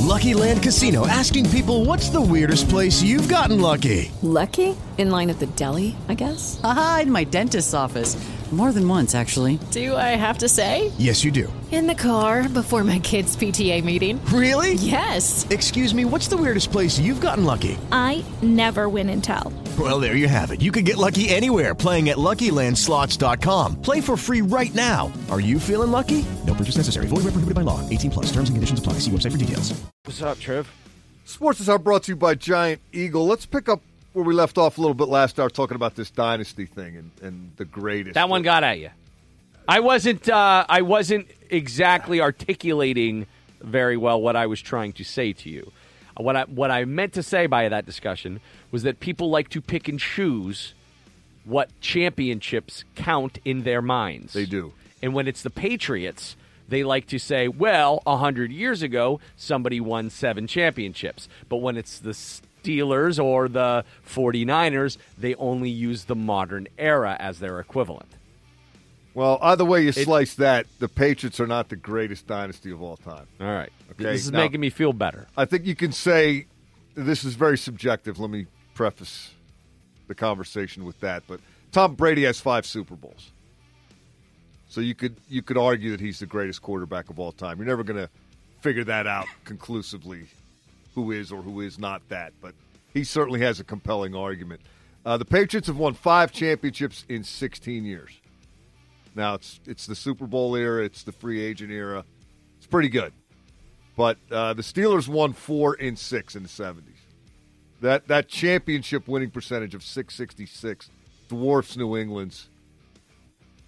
Speaker 14: Lucky Land Casino asking people what's the weirdest place you've gotten lucky?
Speaker 15: Lucky? In line at the deli, I guess? Aha, in my dentist's office. More than once, actually.
Speaker 16: Do I have to say?
Speaker 14: Yes, you do.
Speaker 16: In the car before my kids' PTA meeting.
Speaker 14: Really?
Speaker 16: Yes.
Speaker 14: Excuse me, what's the weirdest place you've gotten lucky?
Speaker 17: I never win and tell.
Speaker 14: Well, there you have it. You can get lucky anywhere playing at LuckyLandSlots.com. Play for free right now. Are you feeling lucky? No purchase necessary. Void where prohibited by law. 18 plus. Terms and conditions apply. See website for details.
Speaker 6: What's up, Trev?
Speaker 18: Sports is brought to you by Giant Eagle. Let's pick up where we left off a little bit last hour talking about this dynasty thing and, and the greatest.
Speaker 6: That one got at you. I wasn't. Uh, I wasn't exactly articulating very well what I was trying to say to you. What I what I meant to say by that discussion was that people like to pick and choose what championships count in their minds. They do. And when it's the Patriots, they like to say, well, 100 years ago, somebody won seven championships. But when it's the Steelers or the 49ers, they only use the modern era as their equivalent.
Speaker 18: Well, either way you
Speaker 6: It-
Speaker 18: slice that, the Patriots are not the greatest dynasty of all time.
Speaker 6: All right.
Speaker 18: Okay.
Speaker 6: This is
Speaker 18: now,
Speaker 6: making me feel better.
Speaker 18: I think you can say this is very subjective. Let me preface the conversation with that, but Tom Brady has five Super Bowls. So you could you could argue that he's the greatest quarterback of all time. You're never going to figure that out conclusively who is or who is not that, but he certainly has a compelling argument. Uh, the Patriots have won five championships in 16 years. Now it's it's the Super Bowl era, it's the free agent era. It's pretty good, but uh, the Steelers won four in six in the 70s. That that championship winning percentage of 666 dwarfs New England's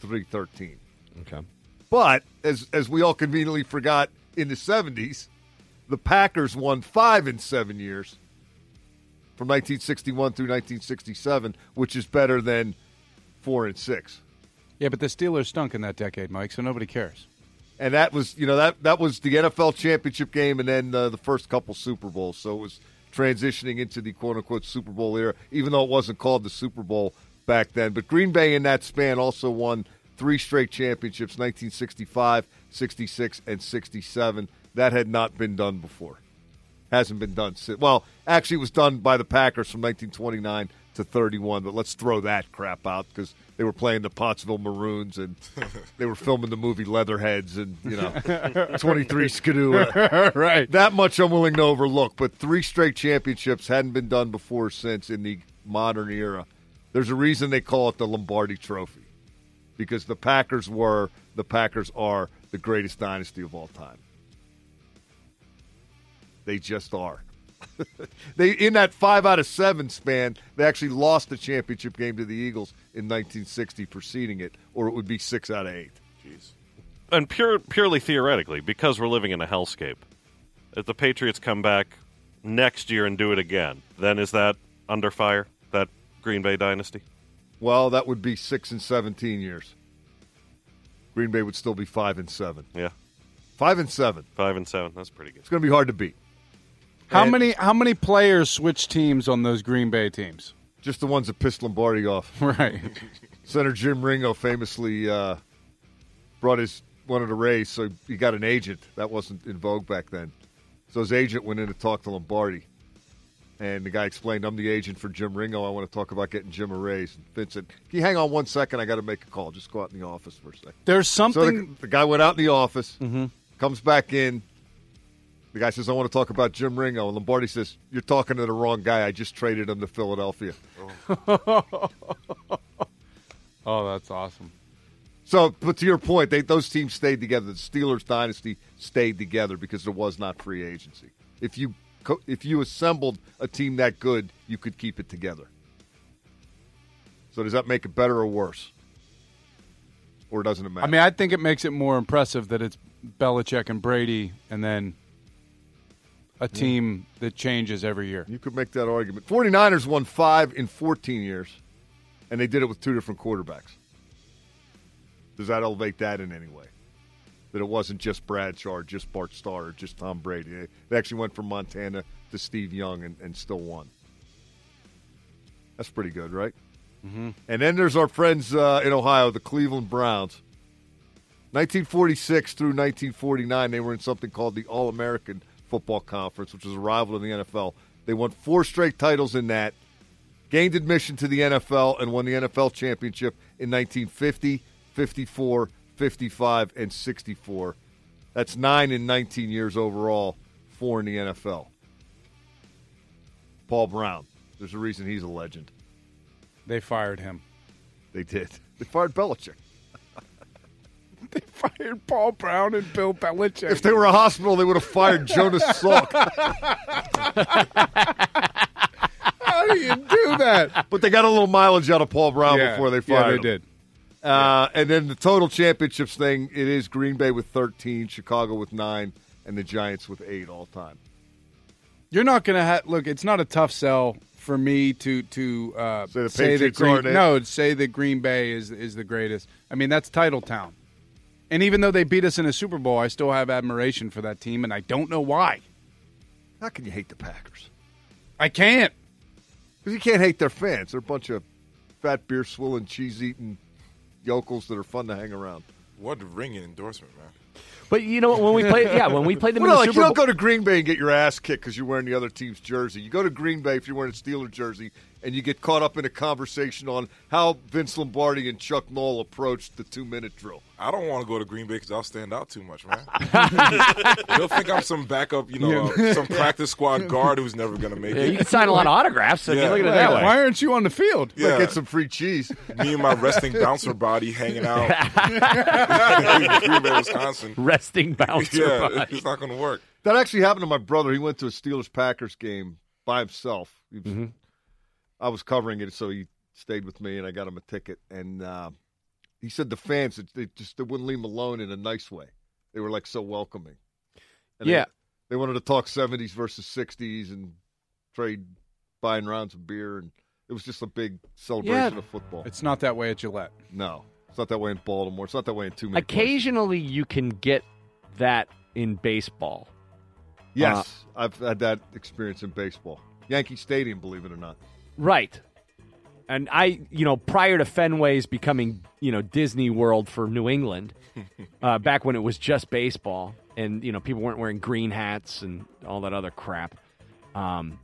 Speaker 18: 313.
Speaker 6: Okay.
Speaker 18: But as as we all conveniently forgot in the 70s, the Packers won 5 in 7 years from 1961 through 1967, which is better than 4 and 6.
Speaker 5: Yeah, but the Steelers stunk in that decade, Mike, so nobody cares.
Speaker 18: And that was, you know, that that was the NFL championship game and then uh, the first couple Super Bowls. So it was transitioning into the quote unquote Super Bowl era, even though it wasn't called the Super Bowl back then. But Green Bay in that span also won three straight championships 1965, 66, and 67. That had not been done before. Hasn't been done since. Well, actually, it was done by the Packers from 1929 to 31, but let's throw that crap out because they were playing the Pottsville Maroons and they were filming the movie Leatherheads and, you know, 23 Skidoo.
Speaker 5: right.
Speaker 18: That much I'm willing to overlook, but three straight championships hadn't been done before or since in the modern era. There's a reason they call it the Lombardi Trophy. because the Packers were, the Packers are the greatest dynasty of all time. They just are. they in that five out of seven span, they actually lost the championship game to the Eagles in 1960, preceding it, or it would be six out of eight. Jeez.
Speaker 4: and pure, purely theoretically, because we're living in a hellscape, if the Patriots come back next year and do it again, then is that under fire? That Green Bay dynasty?
Speaker 18: Well, that would be six and seventeen years. Green Bay would still be five and seven.
Speaker 4: Yeah,
Speaker 18: five and seven.
Speaker 4: Five and seven. That's pretty good.
Speaker 18: It's going to be hard to beat.
Speaker 5: How
Speaker 18: And-
Speaker 5: many how many players switch teams on those Green Bay teams?
Speaker 18: Just the ones that pissed Lombardi off.
Speaker 5: Right.
Speaker 18: Senator Jim Ringo famously uh, brought his wanted a raise, so he got an agent. That wasn't in vogue back then. So his agent went in to talk to Lombardi, and the guy explained, "I'm the agent for Jim Ringo. I want to talk about getting Jim a raise." And Vince said, "Can you hang on one second? I got to make a call. Just go out in the office for a second.
Speaker 5: There's
Speaker 18: So
Speaker 5: something Mm-hmm.
Speaker 18: the, the guy went out in the office, comes back in. The guy says, "I want to talk about Jim Ringo." And Lombardi says, "You're talking to the wrong guy. I just traded him to Philadelphia."
Speaker 5: Oh, that's awesome.
Speaker 18: So, but to your point, they, those teams stayed together. The Steelers dynasty stayed together because there was not free agency. If you co- if you assembled a team that good, you could keep it together. So, does that make it better or worse, or doesn't it matter?
Speaker 5: I mean, I think it makes it more impressive that it's Belichick and Brady, and then a team that changes every year.
Speaker 18: You could make that argument. 49ers won five in 14 years, and they did it with two different quarterbacks. Does that elevate that in any way? That it wasn't just Bradshaw, or just Bart Starr, or just Tom Brady. They- They actually went from Montana to Steve Young and, and still won. That's pretty good, right? Mm-hmm. And then there's our friends uh, in Ohio, the Cleveland Browns. 1946 through 1949, they were in something called the All American Football Conference, which was a rival in the NFL. They won four straight titles in that, gained admission to the NFL, and won the NFL championship in 1950, 54, 55, and 64. That's nine in 19 years overall, four in the NFL. Paul Brown. There's a reason he's a legend.
Speaker 5: They fired him.
Speaker 18: They did. They fired Belichick.
Speaker 5: Fired Paul Brown and Bill Belichick.
Speaker 18: If they were a hospital, they would have fired Jonas Salk.
Speaker 5: How do you do that?
Speaker 18: But they got a little mileage out of Paul Brown
Speaker 5: Yeah.
Speaker 18: before they
Speaker 5: Yeah,
Speaker 18: fired
Speaker 5: they did.
Speaker 18: him. Uh, And then the total championships thing, it is Green Bay with 13, Chicago with 9, and the Giants with 8 all time.
Speaker 5: You're not gonna ha- look. It's not a tough sell for me to to uh, say
Speaker 18: the
Speaker 5: that
Speaker 18: Patriots aren't
Speaker 5: Green,
Speaker 18: it?
Speaker 5: no, say that Green Bay is is the greatest. I mean, that's title town. And even though they beat us in a Super Bowl, I still have admiration for that team, and I don't know why.
Speaker 18: How can you hate the Packers?
Speaker 5: I can't.
Speaker 18: Because you can't hate their fans. They're a bunch of fat beer swilling, cheese eating yokels that are fun to hang around.
Speaker 9: What ringing endorsement, man.
Speaker 6: But you know what? When we played, yeah, when we played them in
Speaker 18: Well,
Speaker 6: the
Speaker 18: no, like,
Speaker 6: Super
Speaker 18: you
Speaker 6: Bowl,
Speaker 18: don't go to Green Bay and get your ass kicked because you're wearing the other team's jersey. You go to Green Bay if you're wearing a Steeler jersey, and you get caught up in a conversation on how Vince Lombardi and Chuck Knoll approached the two-minute drill.
Speaker 9: I don't want to go to Green Bay because I'll stand out too much, man. They'll think I'm some backup, you know,
Speaker 5: Yeah.
Speaker 9: uh, some practice squad guard who's never going to make
Speaker 5: Yeah,
Speaker 9: it.
Speaker 5: you can sign a lot of autographs if you look at it that way. Why aren't you on the field?
Speaker 9: Yeah.
Speaker 18: Get some free cheese.
Speaker 9: Me and my resting bouncer body hanging out in Green Bay, Wisconsin.
Speaker 6: resting bouncer
Speaker 9: yeah,
Speaker 6: body.
Speaker 9: it's not going to work.
Speaker 18: That actually happened to my brother. He went to a Steelers Packers game by himself. He was-
Speaker 5: Mm-hmm.
Speaker 18: I was covering it, so he stayed with me, and I got him a ticket. And uh, he said the fans it- they just they wouldn't leave him alone in a nice way. They were like so welcoming. And
Speaker 6: Yeah.
Speaker 18: they, they wanted to talk seventies versus sixties and trade buying rounds of beer, and it was just a big celebration
Speaker 5: Yeah.
Speaker 18: of football.
Speaker 5: It's not that way at Gillette.
Speaker 18: no, it's not that way in Baltimore. It's not that way in too many. places.
Speaker 6: Occasionally, you can get that in baseball. Uh,
Speaker 18: Yes, I've had that experience in baseball. Yankee Stadium, believe it or not.
Speaker 6: Right. And I, you know, prior to Fenway's becoming, you know, Disney World for New England, uh, back when it was just baseball and, you know, people weren't wearing green hats and all that other crap, um,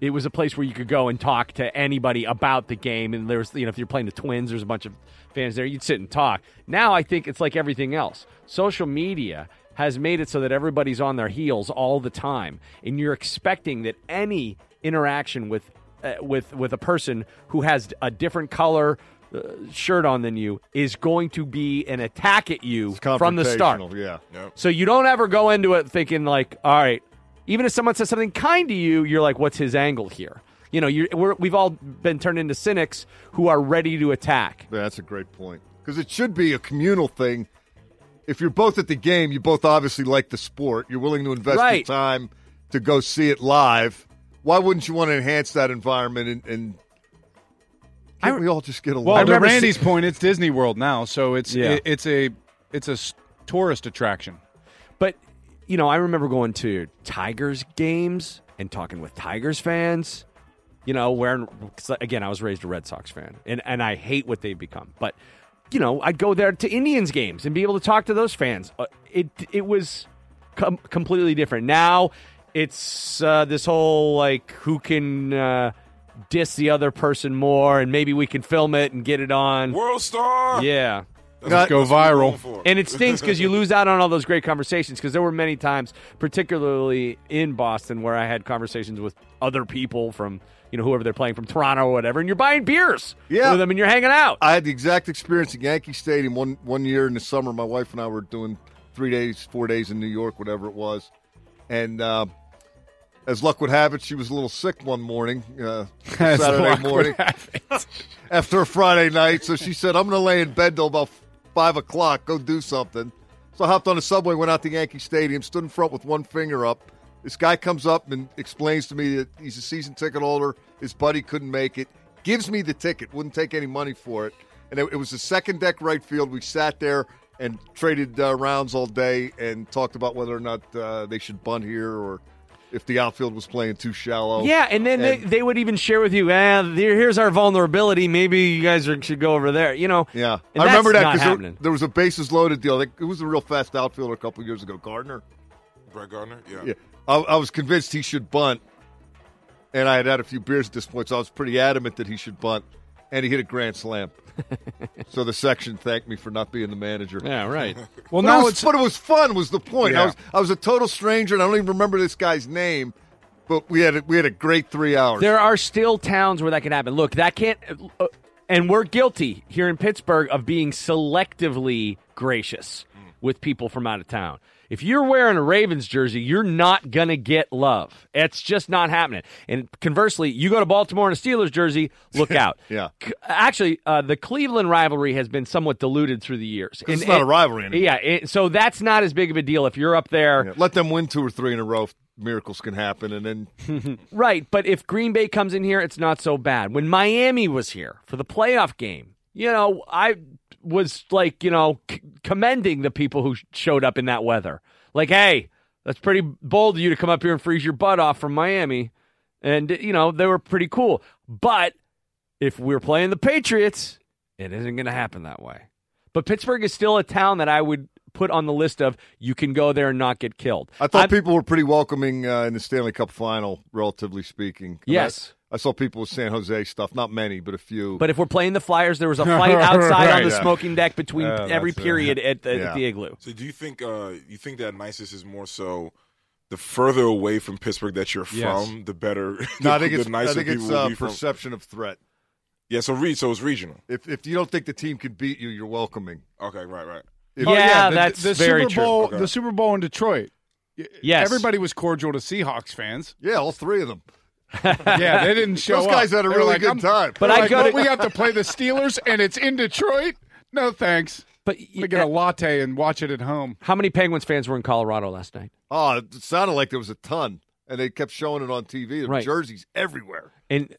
Speaker 6: it was a place where you could go and talk to anybody about the game. And there's, you know, if you're playing the Twins, there's a bunch of fans there. You'd sit and talk. Now I think it's like everything else. Social media has made it so that everybody's on their heels all the time. And you're expecting that any interaction with uh, with with a person who has a different color uh, shirt on than you is going to be an attack at you from the start.
Speaker 18: confrontational, yeah. Yep.
Speaker 6: So you don't ever go into it thinking like, all right, even if someone says something kind to you, you're like, what's his angle here? You know, you're, we're, we've all been turned into cynics who are ready to attack.
Speaker 18: Yeah, that's a great point. Because it should be a communal thing. If you're both at the game, you both obviously like the sport. You're willing to invest
Speaker 6: Right.
Speaker 18: your time to go see it live. Why wouldn't you want to enhance that environment and, and can't we all just get along?
Speaker 5: Well, to Randy's point, it's Disney World now, so it's
Speaker 6: Yeah.
Speaker 5: it- it's a it's a s- tourist attraction.
Speaker 6: But you know, I remember going to Tigers games and talking with Tigers fans. You know, wearing 'cause again, I was raised a Red Sox fan, and and I hate what they've become. But you know, I'd go there to Indians games and be able to talk to those fans. Uh, It it was com- completely different. Now it's uh, this whole like who can. Uh, Diss the other person more, and maybe we can film it and get it on
Speaker 9: World Star.
Speaker 6: Yeah,
Speaker 9: That's Not- go that's what we're viral. going for.
Speaker 6: and it stinks because you lose out on all those great conversations. Because there were many times, particularly in Boston, where I had conversations with other people from you know whoever they're playing from Toronto or whatever, and you're buying beers
Speaker 18: Yeah.
Speaker 6: with them and you're hanging out.
Speaker 18: I had the exact experience at Yankee Stadium one one year in the summer. My wife and I were doing three days, four days in New York, whatever it was, and uh, as luck would have it, she was a little sick one morning, uh,
Speaker 5: As
Speaker 18: Saturday
Speaker 5: luck would
Speaker 18: morning, after a Friday night. So she said, "I'm going to lay in bed till about five o'clock. Go do something." So I hopped on the subway, went out to Yankee Stadium, stood in front with one finger up. This guy comes up and explains to me that he's a season ticket holder. His buddy couldn't make it. Gives me the ticket, wouldn't take any money for it. And it, it was the second deck right field. We sat there and traded uh, rounds all day and talked about whether or not uh, they should bunt here or if the outfield was playing too shallow.
Speaker 6: yeah, and then they, they would even share with you, eh, there- here's our vulnerability. Maybe you guys are, should go over there. You know,
Speaker 18: Yeah,
Speaker 6: And
Speaker 18: I remember
Speaker 6: that's
Speaker 18: that
Speaker 6: not
Speaker 18: because there,
Speaker 6: happening.
Speaker 18: there was a bases loaded deal. Like, it was a real fast outfielder a couple years ago, Gardner.
Speaker 9: Brett Gardner. Yeah.
Speaker 18: Yeah, I, I was convinced he should bunt, and I had had a few beers at this point, so I was pretty adamant that he should bunt, and he hit a grand slam. so the section thanked me for not being the manager.
Speaker 6: Yeah, right.
Speaker 18: well,
Speaker 5: Well,
Speaker 18: no,
Speaker 5: now
Speaker 18: it was,
Speaker 5: it's-
Speaker 18: but it was fun. Was the point? I
Speaker 5: Yeah.
Speaker 18: was I was a total stranger, and I don't even remember this guy's name, but we had a, we had a great three hours.
Speaker 6: There are still towns where that can happen. Look, that can't. Uh, and we're guilty here in Pittsburgh of being selectively gracious with people from out of town. If you're wearing a Ravens jersey, you're not going to get love. It's just not happening. And conversely, you go to Baltimore in a Steelers jersey, look out.
Speaker 18: yeah.
Speaker 6: C- Actually, uh, the Cleveland rivalry has been somewhat diluted through the years.
Speaker 18: It's not a rivalry anymore.
Speaker 6: Yeah, it- so that's not as big of a deal if you're up there.
Speaker 18: Let them win two or three in a row. if Miracles can happen, and then
Speaker 6: Right, but if Green Bay comes in here, it's not so bad. When Miami was here for the playoff game, you know, I was like, you know, c- commending the people who sh- showed up in that weather. Like, hey, that's pretty bold of you to come up here and freeze your butt off from Miami. And, you know, they were pretty cool. But if we're playing the Patriots, it isn't going to happen that way. But Pittsburgh is still a town that I would put on the list of you can go there and not get killed.
Speaker 18: I thought
Speaker 6: I'm-
Speaker 18: people were pretty welcoming uh, in the Stanley Cup final, relatively speaking. And
Speaker 6: Yes.
Speaker 18: I, I saw people with San Jose stuff. Not many, but a few.
Speaker 6: But if we're playing the Flyers, there was a fight outside
Speaker 18: Right,
Speaker 6: on the
Speaker 18: yeah.
Speaker 6: smoking deck between
Speaker 18: Yeah,
Speaker 6: every
Speaker 18: that's it.
Speaker 6: period at, the,
Speaker 18: Yeah.
Speaker 6: at the igloo.
Speaker 9: So do you think uh you think that niceness is more so the further away from Pittsburgh that you're
Speaker 18: Yes.
Speaker 9: from, the better.
Speaker 18: no, I
Speaker 9: the,
Speaker 18: think it's,
Speaker 9: the
Speaker 18: I
Speaker 9: nicer
Speaker 18: think it's
Speaker 9: people will
Speaker 18: uh,
Speaker 9: be from.
Speaker 18: perception of threat.
Speaker 9: Yeah, so re- so it's regional.
Speaker 18: If, if you don't think the team can beat you, you're welcoming.
Speaker 9: Okay, right, right.
Speaker 18: If-
Speaker 5: Oh, the, the Super Bowl, The Super Bowl in Detroit. Y-
Speaker 18: Yes.
Speaker 5: everybody was cordial to Seahawks fans.
Speaker 18: Yeah, all three of them.
Speaker 5: yeah, they didn't show
Speaker 18: Those
Speaker 5: up.
Speaker 18: guys had a
Speaker 5: They were
Speaker 18: really
Speaker 5: like,
Speaker 18: good
Speaker 5: "I'm-"
Speaker 18: time.
Speaker 5: But
Speaker 18: They're
Speaker 5: I
Speaker 18: like,
Speaker 5: got
Speaker 18: "Well,
Speaker 5: it. We have to play the Steelers, and it's in Detroit. No thanks.
Speaker 6: But uh,
Speaker 5: we get a latte and watch it at home.
Speaker 6: How many Penguins fans were in Colorado last night?
Speaker 18: Oh, it sounded like there was a ton, and they kept showing it on TV. There were
Speaker 6: Right.
Speaker 18: jerseys everywhere.
Speaker 6: And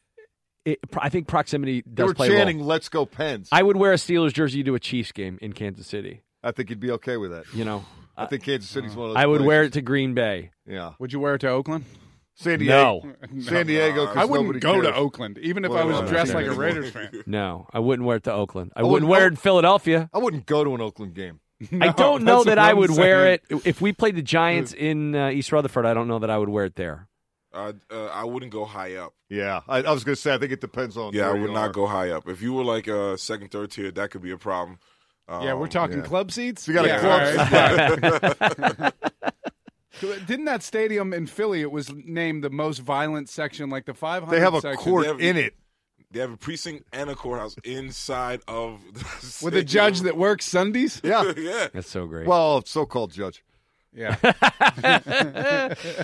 Speaker 6: it, I think proximity
Speaker 18: They
Speaker 6: does
Speaker 18: were
Speaker 6: play a role.
Speaker 18: chanting, "Let's go Pens."
Speaker 6: I would wear a Steelers jersey to a Chiefs game in Kansas City.
Speaker 18: I think you'd be okay with that.
Speaker 6: You know,
Speaker 18: I think Kansas City's one of those.
Speaker 6: I would
Speaker 18: places.
Speaker 6: wear it to Green Bay.
Speaker 18: Yeah.
Speaker 5: Would you wear it to Oakland?
Speaker 18: San
Speaker 6: No.
Speaker 18: Diego. San Diego. 'cause
Speaker 5: I wouldn't
Speaker 18: nobody
Speaker 5: go to
Speaker 18: cares.
Speaker 5: Oakland, even if
Speaker 18: Well, uh,
Speaker 5: I was
Speaker 18: no,
Speaker 5: dressed
Speaker 18: no,
Speaker 5: like
Speaker 18: no.
Speaker 5: a Raiders fan.
Speaker 6: No, I wouldn't wear it to Oakland. I,
Speaker 18: I
Speaker 6: wouldn't
Speaker 18: wouldn't-
Speaker 6: wear it in Philadelphia.
Speaker 18: I wouldn't go to an Oakland game.
Speaker 6: I
Speaker 18: No,
Speaker 6: don't know
Speaker 18: that's
Speaker 6: that
Speaker 18: what
Speaker 6: I
Speaker 18: I'm
Speaker 6: would wear
Speaker 18: saying.
Speaker 6: it. If we played the Giants in uh, East Rutherford, I don't know that I would wear it there.
Speaker 9: Uh, uh, I wouldn't go high up.
Speaker 18: Yeah, I, I was going to say. I think it depends on.
Speaker 9: Yeah, I
Speaker 18: where
Speaker 9: would
Speaker 18: you
Speaker 9: not
Speaker 18: are.
Speaker 9: go high up. If you were like a uh, second, third tier, that could be a problem.
Speaker 5: yeah, we're
Speaker 9: Um,
Speaker 5: talking
Speaker 18: Oh,
Speaker 5: club seats.
Speaker 9: You got a club
Speaker 5: all right. Didn't that stadium in Philly? It was named the most violent section, like the 500.
Speaker 18: They have a
Speaker 5: section.
Speaker 18: court in it.
Speaker 9: They have a precinct and a courthouse inside of the
Speaker 5: With a
Speaker 9: stadium.
Speaker 5: judge that works Sundays?
Speaker 9: Yeah. Yeah.
Speaker 6: That's so great.
Speaker 18: Well, so-called judge.
Speaker 5: Yeah.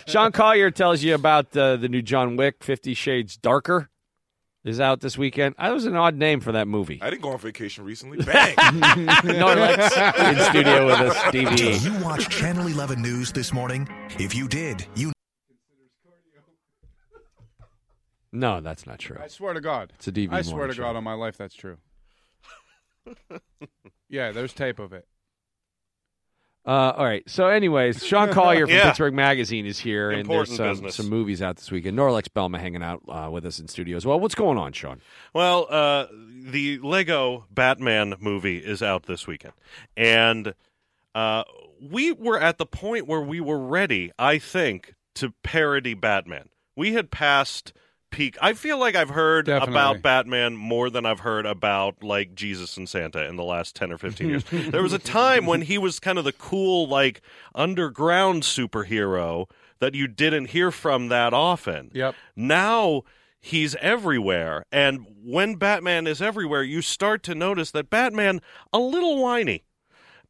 Speaker 6: Sean Collier tells you about uh, the new John Wick, Fifty Shades Darker, is out this weekend. That was an odd name for that movie.
Speaker 9: I didn't go on vacation recently. Bang.
Speaker 6: Norlex in studio with us, E.
Speaker 11: Did
Speaker 6: DVE.
Speaker 11: you watch Channel 11 News this morning? If you did, you
Speaker 6: No, that's not true.
Speaker 5: I swear to God.
Speaker 6: It's a DV
Speaker 5: I swear
Speaker 6: morning
Speaker 5: to
Speaker 6: show.
Speaker 5: God on my life, that's true. yeah, there's tape of it.
Speaker 6: Uh, all right. So, anyways, Sean Collier from
Speaker 5: Yeah.
Speaker 6: Pittsburgh Magazine is here,
Speaker 4: Important
Speaker 6: and there's some,
Speaker 4: business.
Speaker 6: some movies out this weekend. Norlex Belma hanging out uh, with us in studio as well. What's going on, Sean?
Speaker 4: Well, uh, the Lego Batman movie is out this weekend, and uh, we were at the point where we were ready, I think, to parody Batman. We had passed peak. I feel like I've heard
Speaker 5: Definitely.
Speaker 4: about Batman more than I've heard about like Jesus and Santa in the last ten or fifteen years. there was a time when he was kind of the cool, like underground superhero that you didn't hear from that often. Yep. Now he's everywhere, and when Batman is everywhere, you start to notice that Batman a little whiny.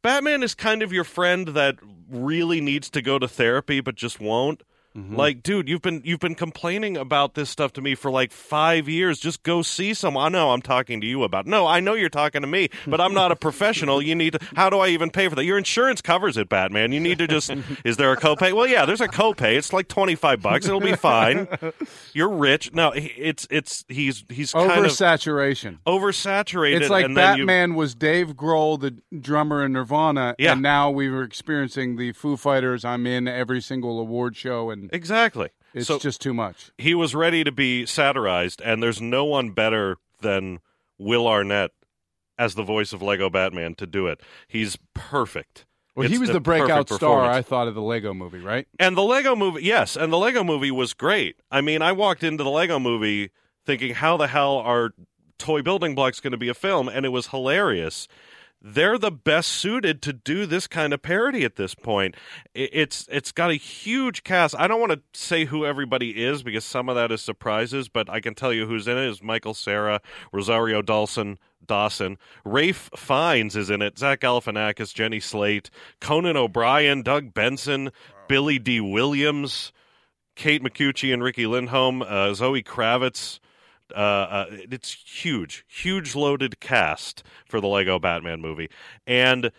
Speaker 4: Batman is kind of your friend that really needs to go to therapy but just won't.
Speaker 5: Mm-hmm.
Speaker 4: Like, dude, you've been you've been complaining about this stuff to me for like five years. Just go see someone. I know I'm talking to you about. No, I know you're talking to me, but I'm not a professional. You need. To, how do I even pay for that? Your insurance covers it, Batman. You need to just. is there a copay? Well, yeah, there's a copay. It's like twenty five bucks. It'll be fine. You're rich. No, he- it's it's he's he's kind of
Speaker 5: Oversaturation.
Speaker 4: oversaturated.
Speaker 5: It's like
Speaker 4: and then you-
Speaker 5: Batman was Dave Grohl, the drummer in Nirvana,
Speaker 4: Yeah.
Speaker 5: and now we were experiencing the Foo Fighters. I'm in every single award show, and
Speaker 4: exactly.
Speaker 5: it's
Speaker 4: So-
Speaker 5: just too much.
Speaker 4: he was ready to be satirized, and there's no one better than Will Arnett as the voice of Lego Batman to do it. He's perfect.
Speaker 5: Well, he
Speaker 4: It's
Speaker 5: was the,
Speaker 4: perfect
Speaker 5: breakout star.
Speaker 4: performance.
Speaker 5: I thought of the Lego Movie, right?
Speaker 4: And the Lego movie, yes, and the Lego movie was great. I mean, I walked into the Lego movie thinking, how the hell are toy building blocks going to be a film? And it was hilarious. They're the best suited to do this kind of parody at this point. I- It's it's got a huge cast. I don't want to say who everybody is because some of that is surprises, but I can tell you who's in it is Michael Sarah, Rosario Dawson, Dawson. Rafe Fiennes is in it. Zach Galifianakis, Jenny Slate, Conan O'Brien, Doug Benson, Billy D. Williams, Kate McCucci and Ricky Lindholm, uh, Zoe Kravitz. Uh, uh, it's huge, huge loaded cast for the Lego Batman movie, and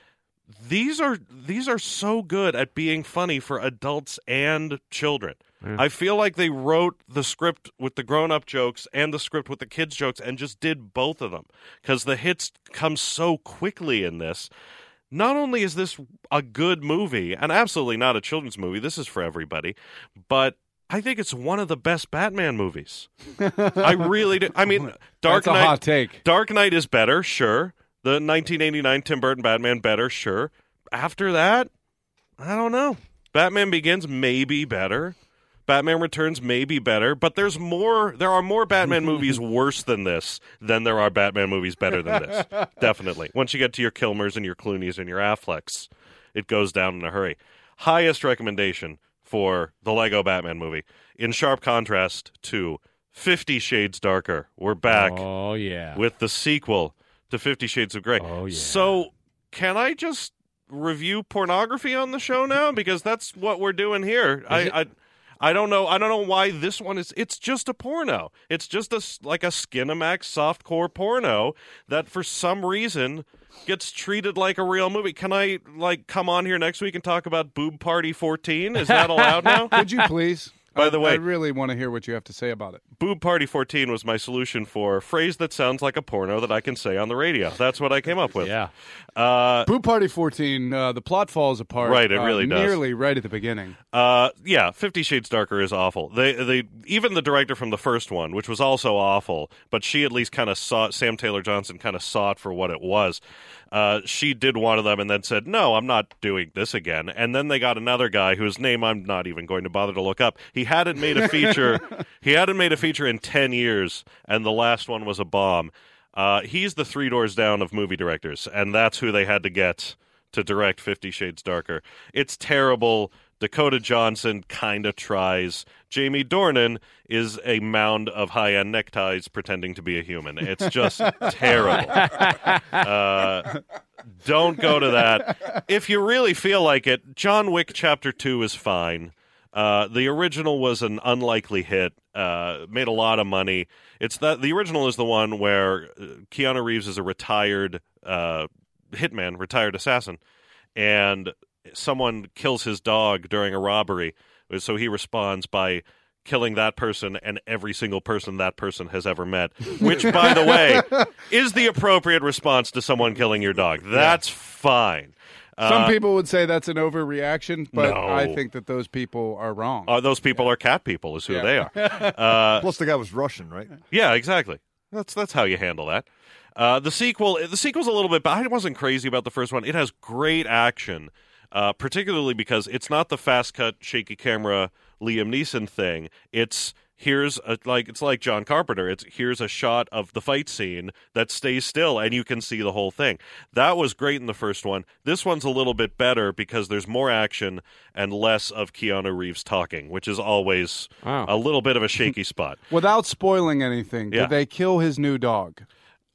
Speaker 4: these are these are so good at being funny for adults and children. I feel like they wrote the script with the grown-up jokes and the script with the kids jokes and just did both of them cuz the hits come so quickly in this. Not only is this a good movie and absolutely not a children's movie, this is for everybody, but I think it's one of the best Batman movies. I really do. I mean, Dark
Speaker 5: That's a
Speaker 4: Knight
Speaker 5: hot take.
Speaker 4: Dark Knight is better, sure. The 1989 Tim Burton Batman better, sure. After that, I don't know. Batman Begins may be better. Batman Returns may be better, but there's more. There are more Batman movies worse than this than there are Batman movies better than this. Definitely. Once you get to your Kilmers and your Clooney's and your Afflecks, it goes down in a hurry. Highest recommendation for the Lego Batman movie, in sharp contrast to Fifty Shades Darker. We're back.
Speaker 6: Oh yeah,
Speaker 4: with the sequel to Fifty Shades of Grey. Oh yeah. So can I just review pornography on the show now because that's what we're doing here. I, I I don't know. I don't know why this one is. It's just a porno. It's just a s- like a Skinamax softcore porno that for some reason gets treated like a real movie. Can I like come on here next week and talk about Boob Party 14? Is that allowed now?
Speaker 5: Could you please?
Speaker 4: By
Speaker 5: I-
Speaker 4: the way-
Speaker 5: I really want to hear what you have to say about it.
Speaker 4: Boob Party 14 was my solution for a phrase that sounds like a porno that I can say on the radio. That's what I came up with. Yeah. Uh,
Speaker 5: Boo Party 14, uh, the plot falls apart.
Speaker 4: Right, it
Speaker 5: uh,
Speaker 4: really does.
Speaker 5: Nearly right at the beginning.
Speaker 4: uh, yeah, Fifty Shades Darker is awful. They, they, even the director from the first one, which was also awful, but she at least kind of saw it, Sam Taylor Johnson kind of saw it for what it was. Uh, she did one of them and then said, "No, I'm not doing this again." And then they got another guy whose name I'm not even going to bother to look up. He hadn't made a feature. he hadn't made a feature in ten years, and the last one was a bomb. Uh, he's the three doors down of movie directors, and that's who they had to get to direct Fifty Shades Darker. It's terrible. Dakota Johnson kind of tries. Jamie Dornan is a mound of high end neckties pretending to be a human. It's just terrible. Uh, don't go to that. If you really feel like it, John Wick Chapter 2 is fine. Uh, the original was an unlikely hit, uh, made a lot of money. It's that the original is the one where uh, Keanu Reeves is a retired uh, hitman, retired assassin, and someone kills his dog during a robbery. So he responds by killing that person and every single person that person has ever met, which, by the way, is the appropriate response to someone killing your dog. That's fine.
Speaker 5: Some
Speaker 4: Uh,
Speaker 5: people would say that's an overreaction, but
Speaker 4: No.
Speaker 5: I think that those people are wrong.
Speaker 4: uh, those people are cat people, is who
Speaker 5: Yeah.
Speaker 4: they are. Uh,
Speaker 18: Plus, the guy was Russian, right?
Speaker 4: Yeah, exactly. That's that's how you handle that. Uh, the sequel, the sequel's a little bit, but I wasn't crazy about the first one. It has great action, uh, particularly because it's not the fast cut, shaky camera Liam Neeson thing. It's here's a, like it's like John Carpenter. It's here's a shot of the fight scene that stays still, and you can see the whole thing. That was great in the first one. This one's a little bit better because there's more action and less of Keanu Reeves talking, which is always a little bit of a shaky spot.
Speaker 5: Without spoiling anything,
Speaker 4: Yeah.
Speaker 5: did they kill his new dog?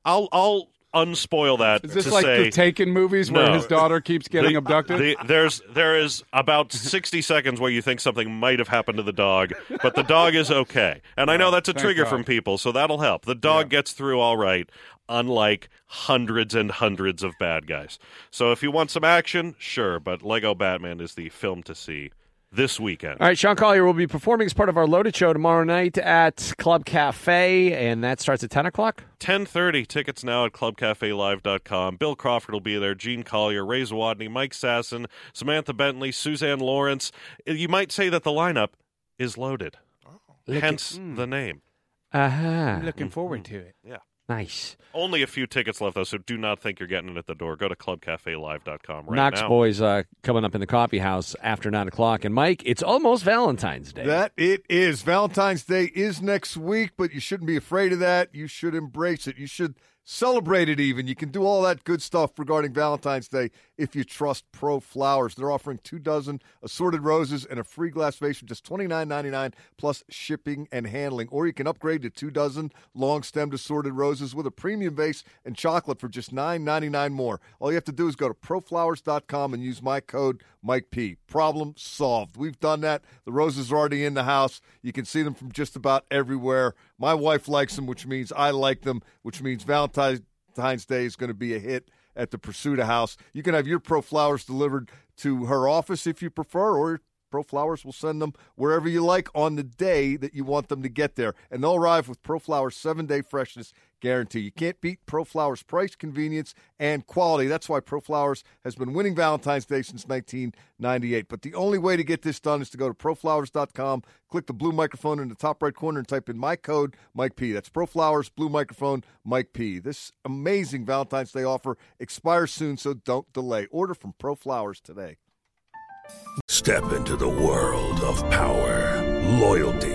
Speaker 4: I'll I'll unspoil that.
Speaker 5: Is this
Speaker 4: to
Speaker 5: like
Speaker 4: say-
Speaker 5: the Taken movies where
Speaker 4: No.
Speaker 5: his daughter keeps getting
Speaker 4: The-
Speaker 5: abducted?
Speaker 4: the- there's there is about sixty seconds where you think something might have happened to the dog, but the dog is okay. And I know that's a
Speaker 5: thank
Speaker 4: trigger
Speaker 5: God.
Speaker 4: from people, so that'll help. The dog gets through all right, unlike hundreds and hundreds of bad guys. So if you want some action, sure, but Lego Batman is the film to see this weekend.
Speaker 6: All right, Sean Collier will be performing as part of our Loaded Show tomorrow night at Club Cafe, and that starts at 10 o'clock.
Speaker 4: 10.30 tickets now at clubcafelive.com bill crawford will be there gene collier ray zawadney mike sasson samantha bentley suzanne lawrence you might say that the lineup is loaded hence the name
Speaker 6: Uh-huh.
Speaker 5: Looking forward to it.
Speaker 4: Yeah.
Speaker 6: Nice.
Speaker 4: only a few tickets left though so do not think you're getting it at the door go to clubcafelive.com right
Speaker 6: Knox
Speaker 4: now
Speaker 6: Boys uh, coming up in the coffee house after 9 o'clock. And Mike, it's almost Valentine's Day.
Speaker 18: That it is. Valentine's Day is next week, but you shouldn't be afraid of that. You should embrace it. You should celebrate it even. You can do all that good stuff regarding Valentine's Day if you trust Pro Flowers. They're offering two dozen assorted roses and a free glass vase for just $29.99 plus shipping and handling. Or you can upgrade to two dozen long stemmed assorted roses with a premium vase and chocolate for just $9.99 more. All you have to do is go to proflowers.com and use my code Mike P. Problem solved. We've done that. The roses are already in the house. You can see them from just about everywhere. My wife likes them, which means I like them, which means Valentine's Day is going to be a hit at the Pursuta House. You can have your Pro Flowers delivered to her office if you prefer, or Pro Flowers will send them wherever you like on the day that you want them to get there. And they'll arrive with Pro Flowers seven day freshness guarantee. You can't beat Pro Flowers price, convenience, and quality. That's why Pro Flowers has been winning Valentine's Day since 1998. But the only way to get this done is to go to proflowers.com, click the blue microphone in the top right corner, and type in my code, Mike P. That's Pro Flowers, blue microphone, Mike P. This amazing Valentine's Day offer expires soon, so don't delay. Order from Pro Flowers today.
Speaker 19: Step into the world of power, loyalty,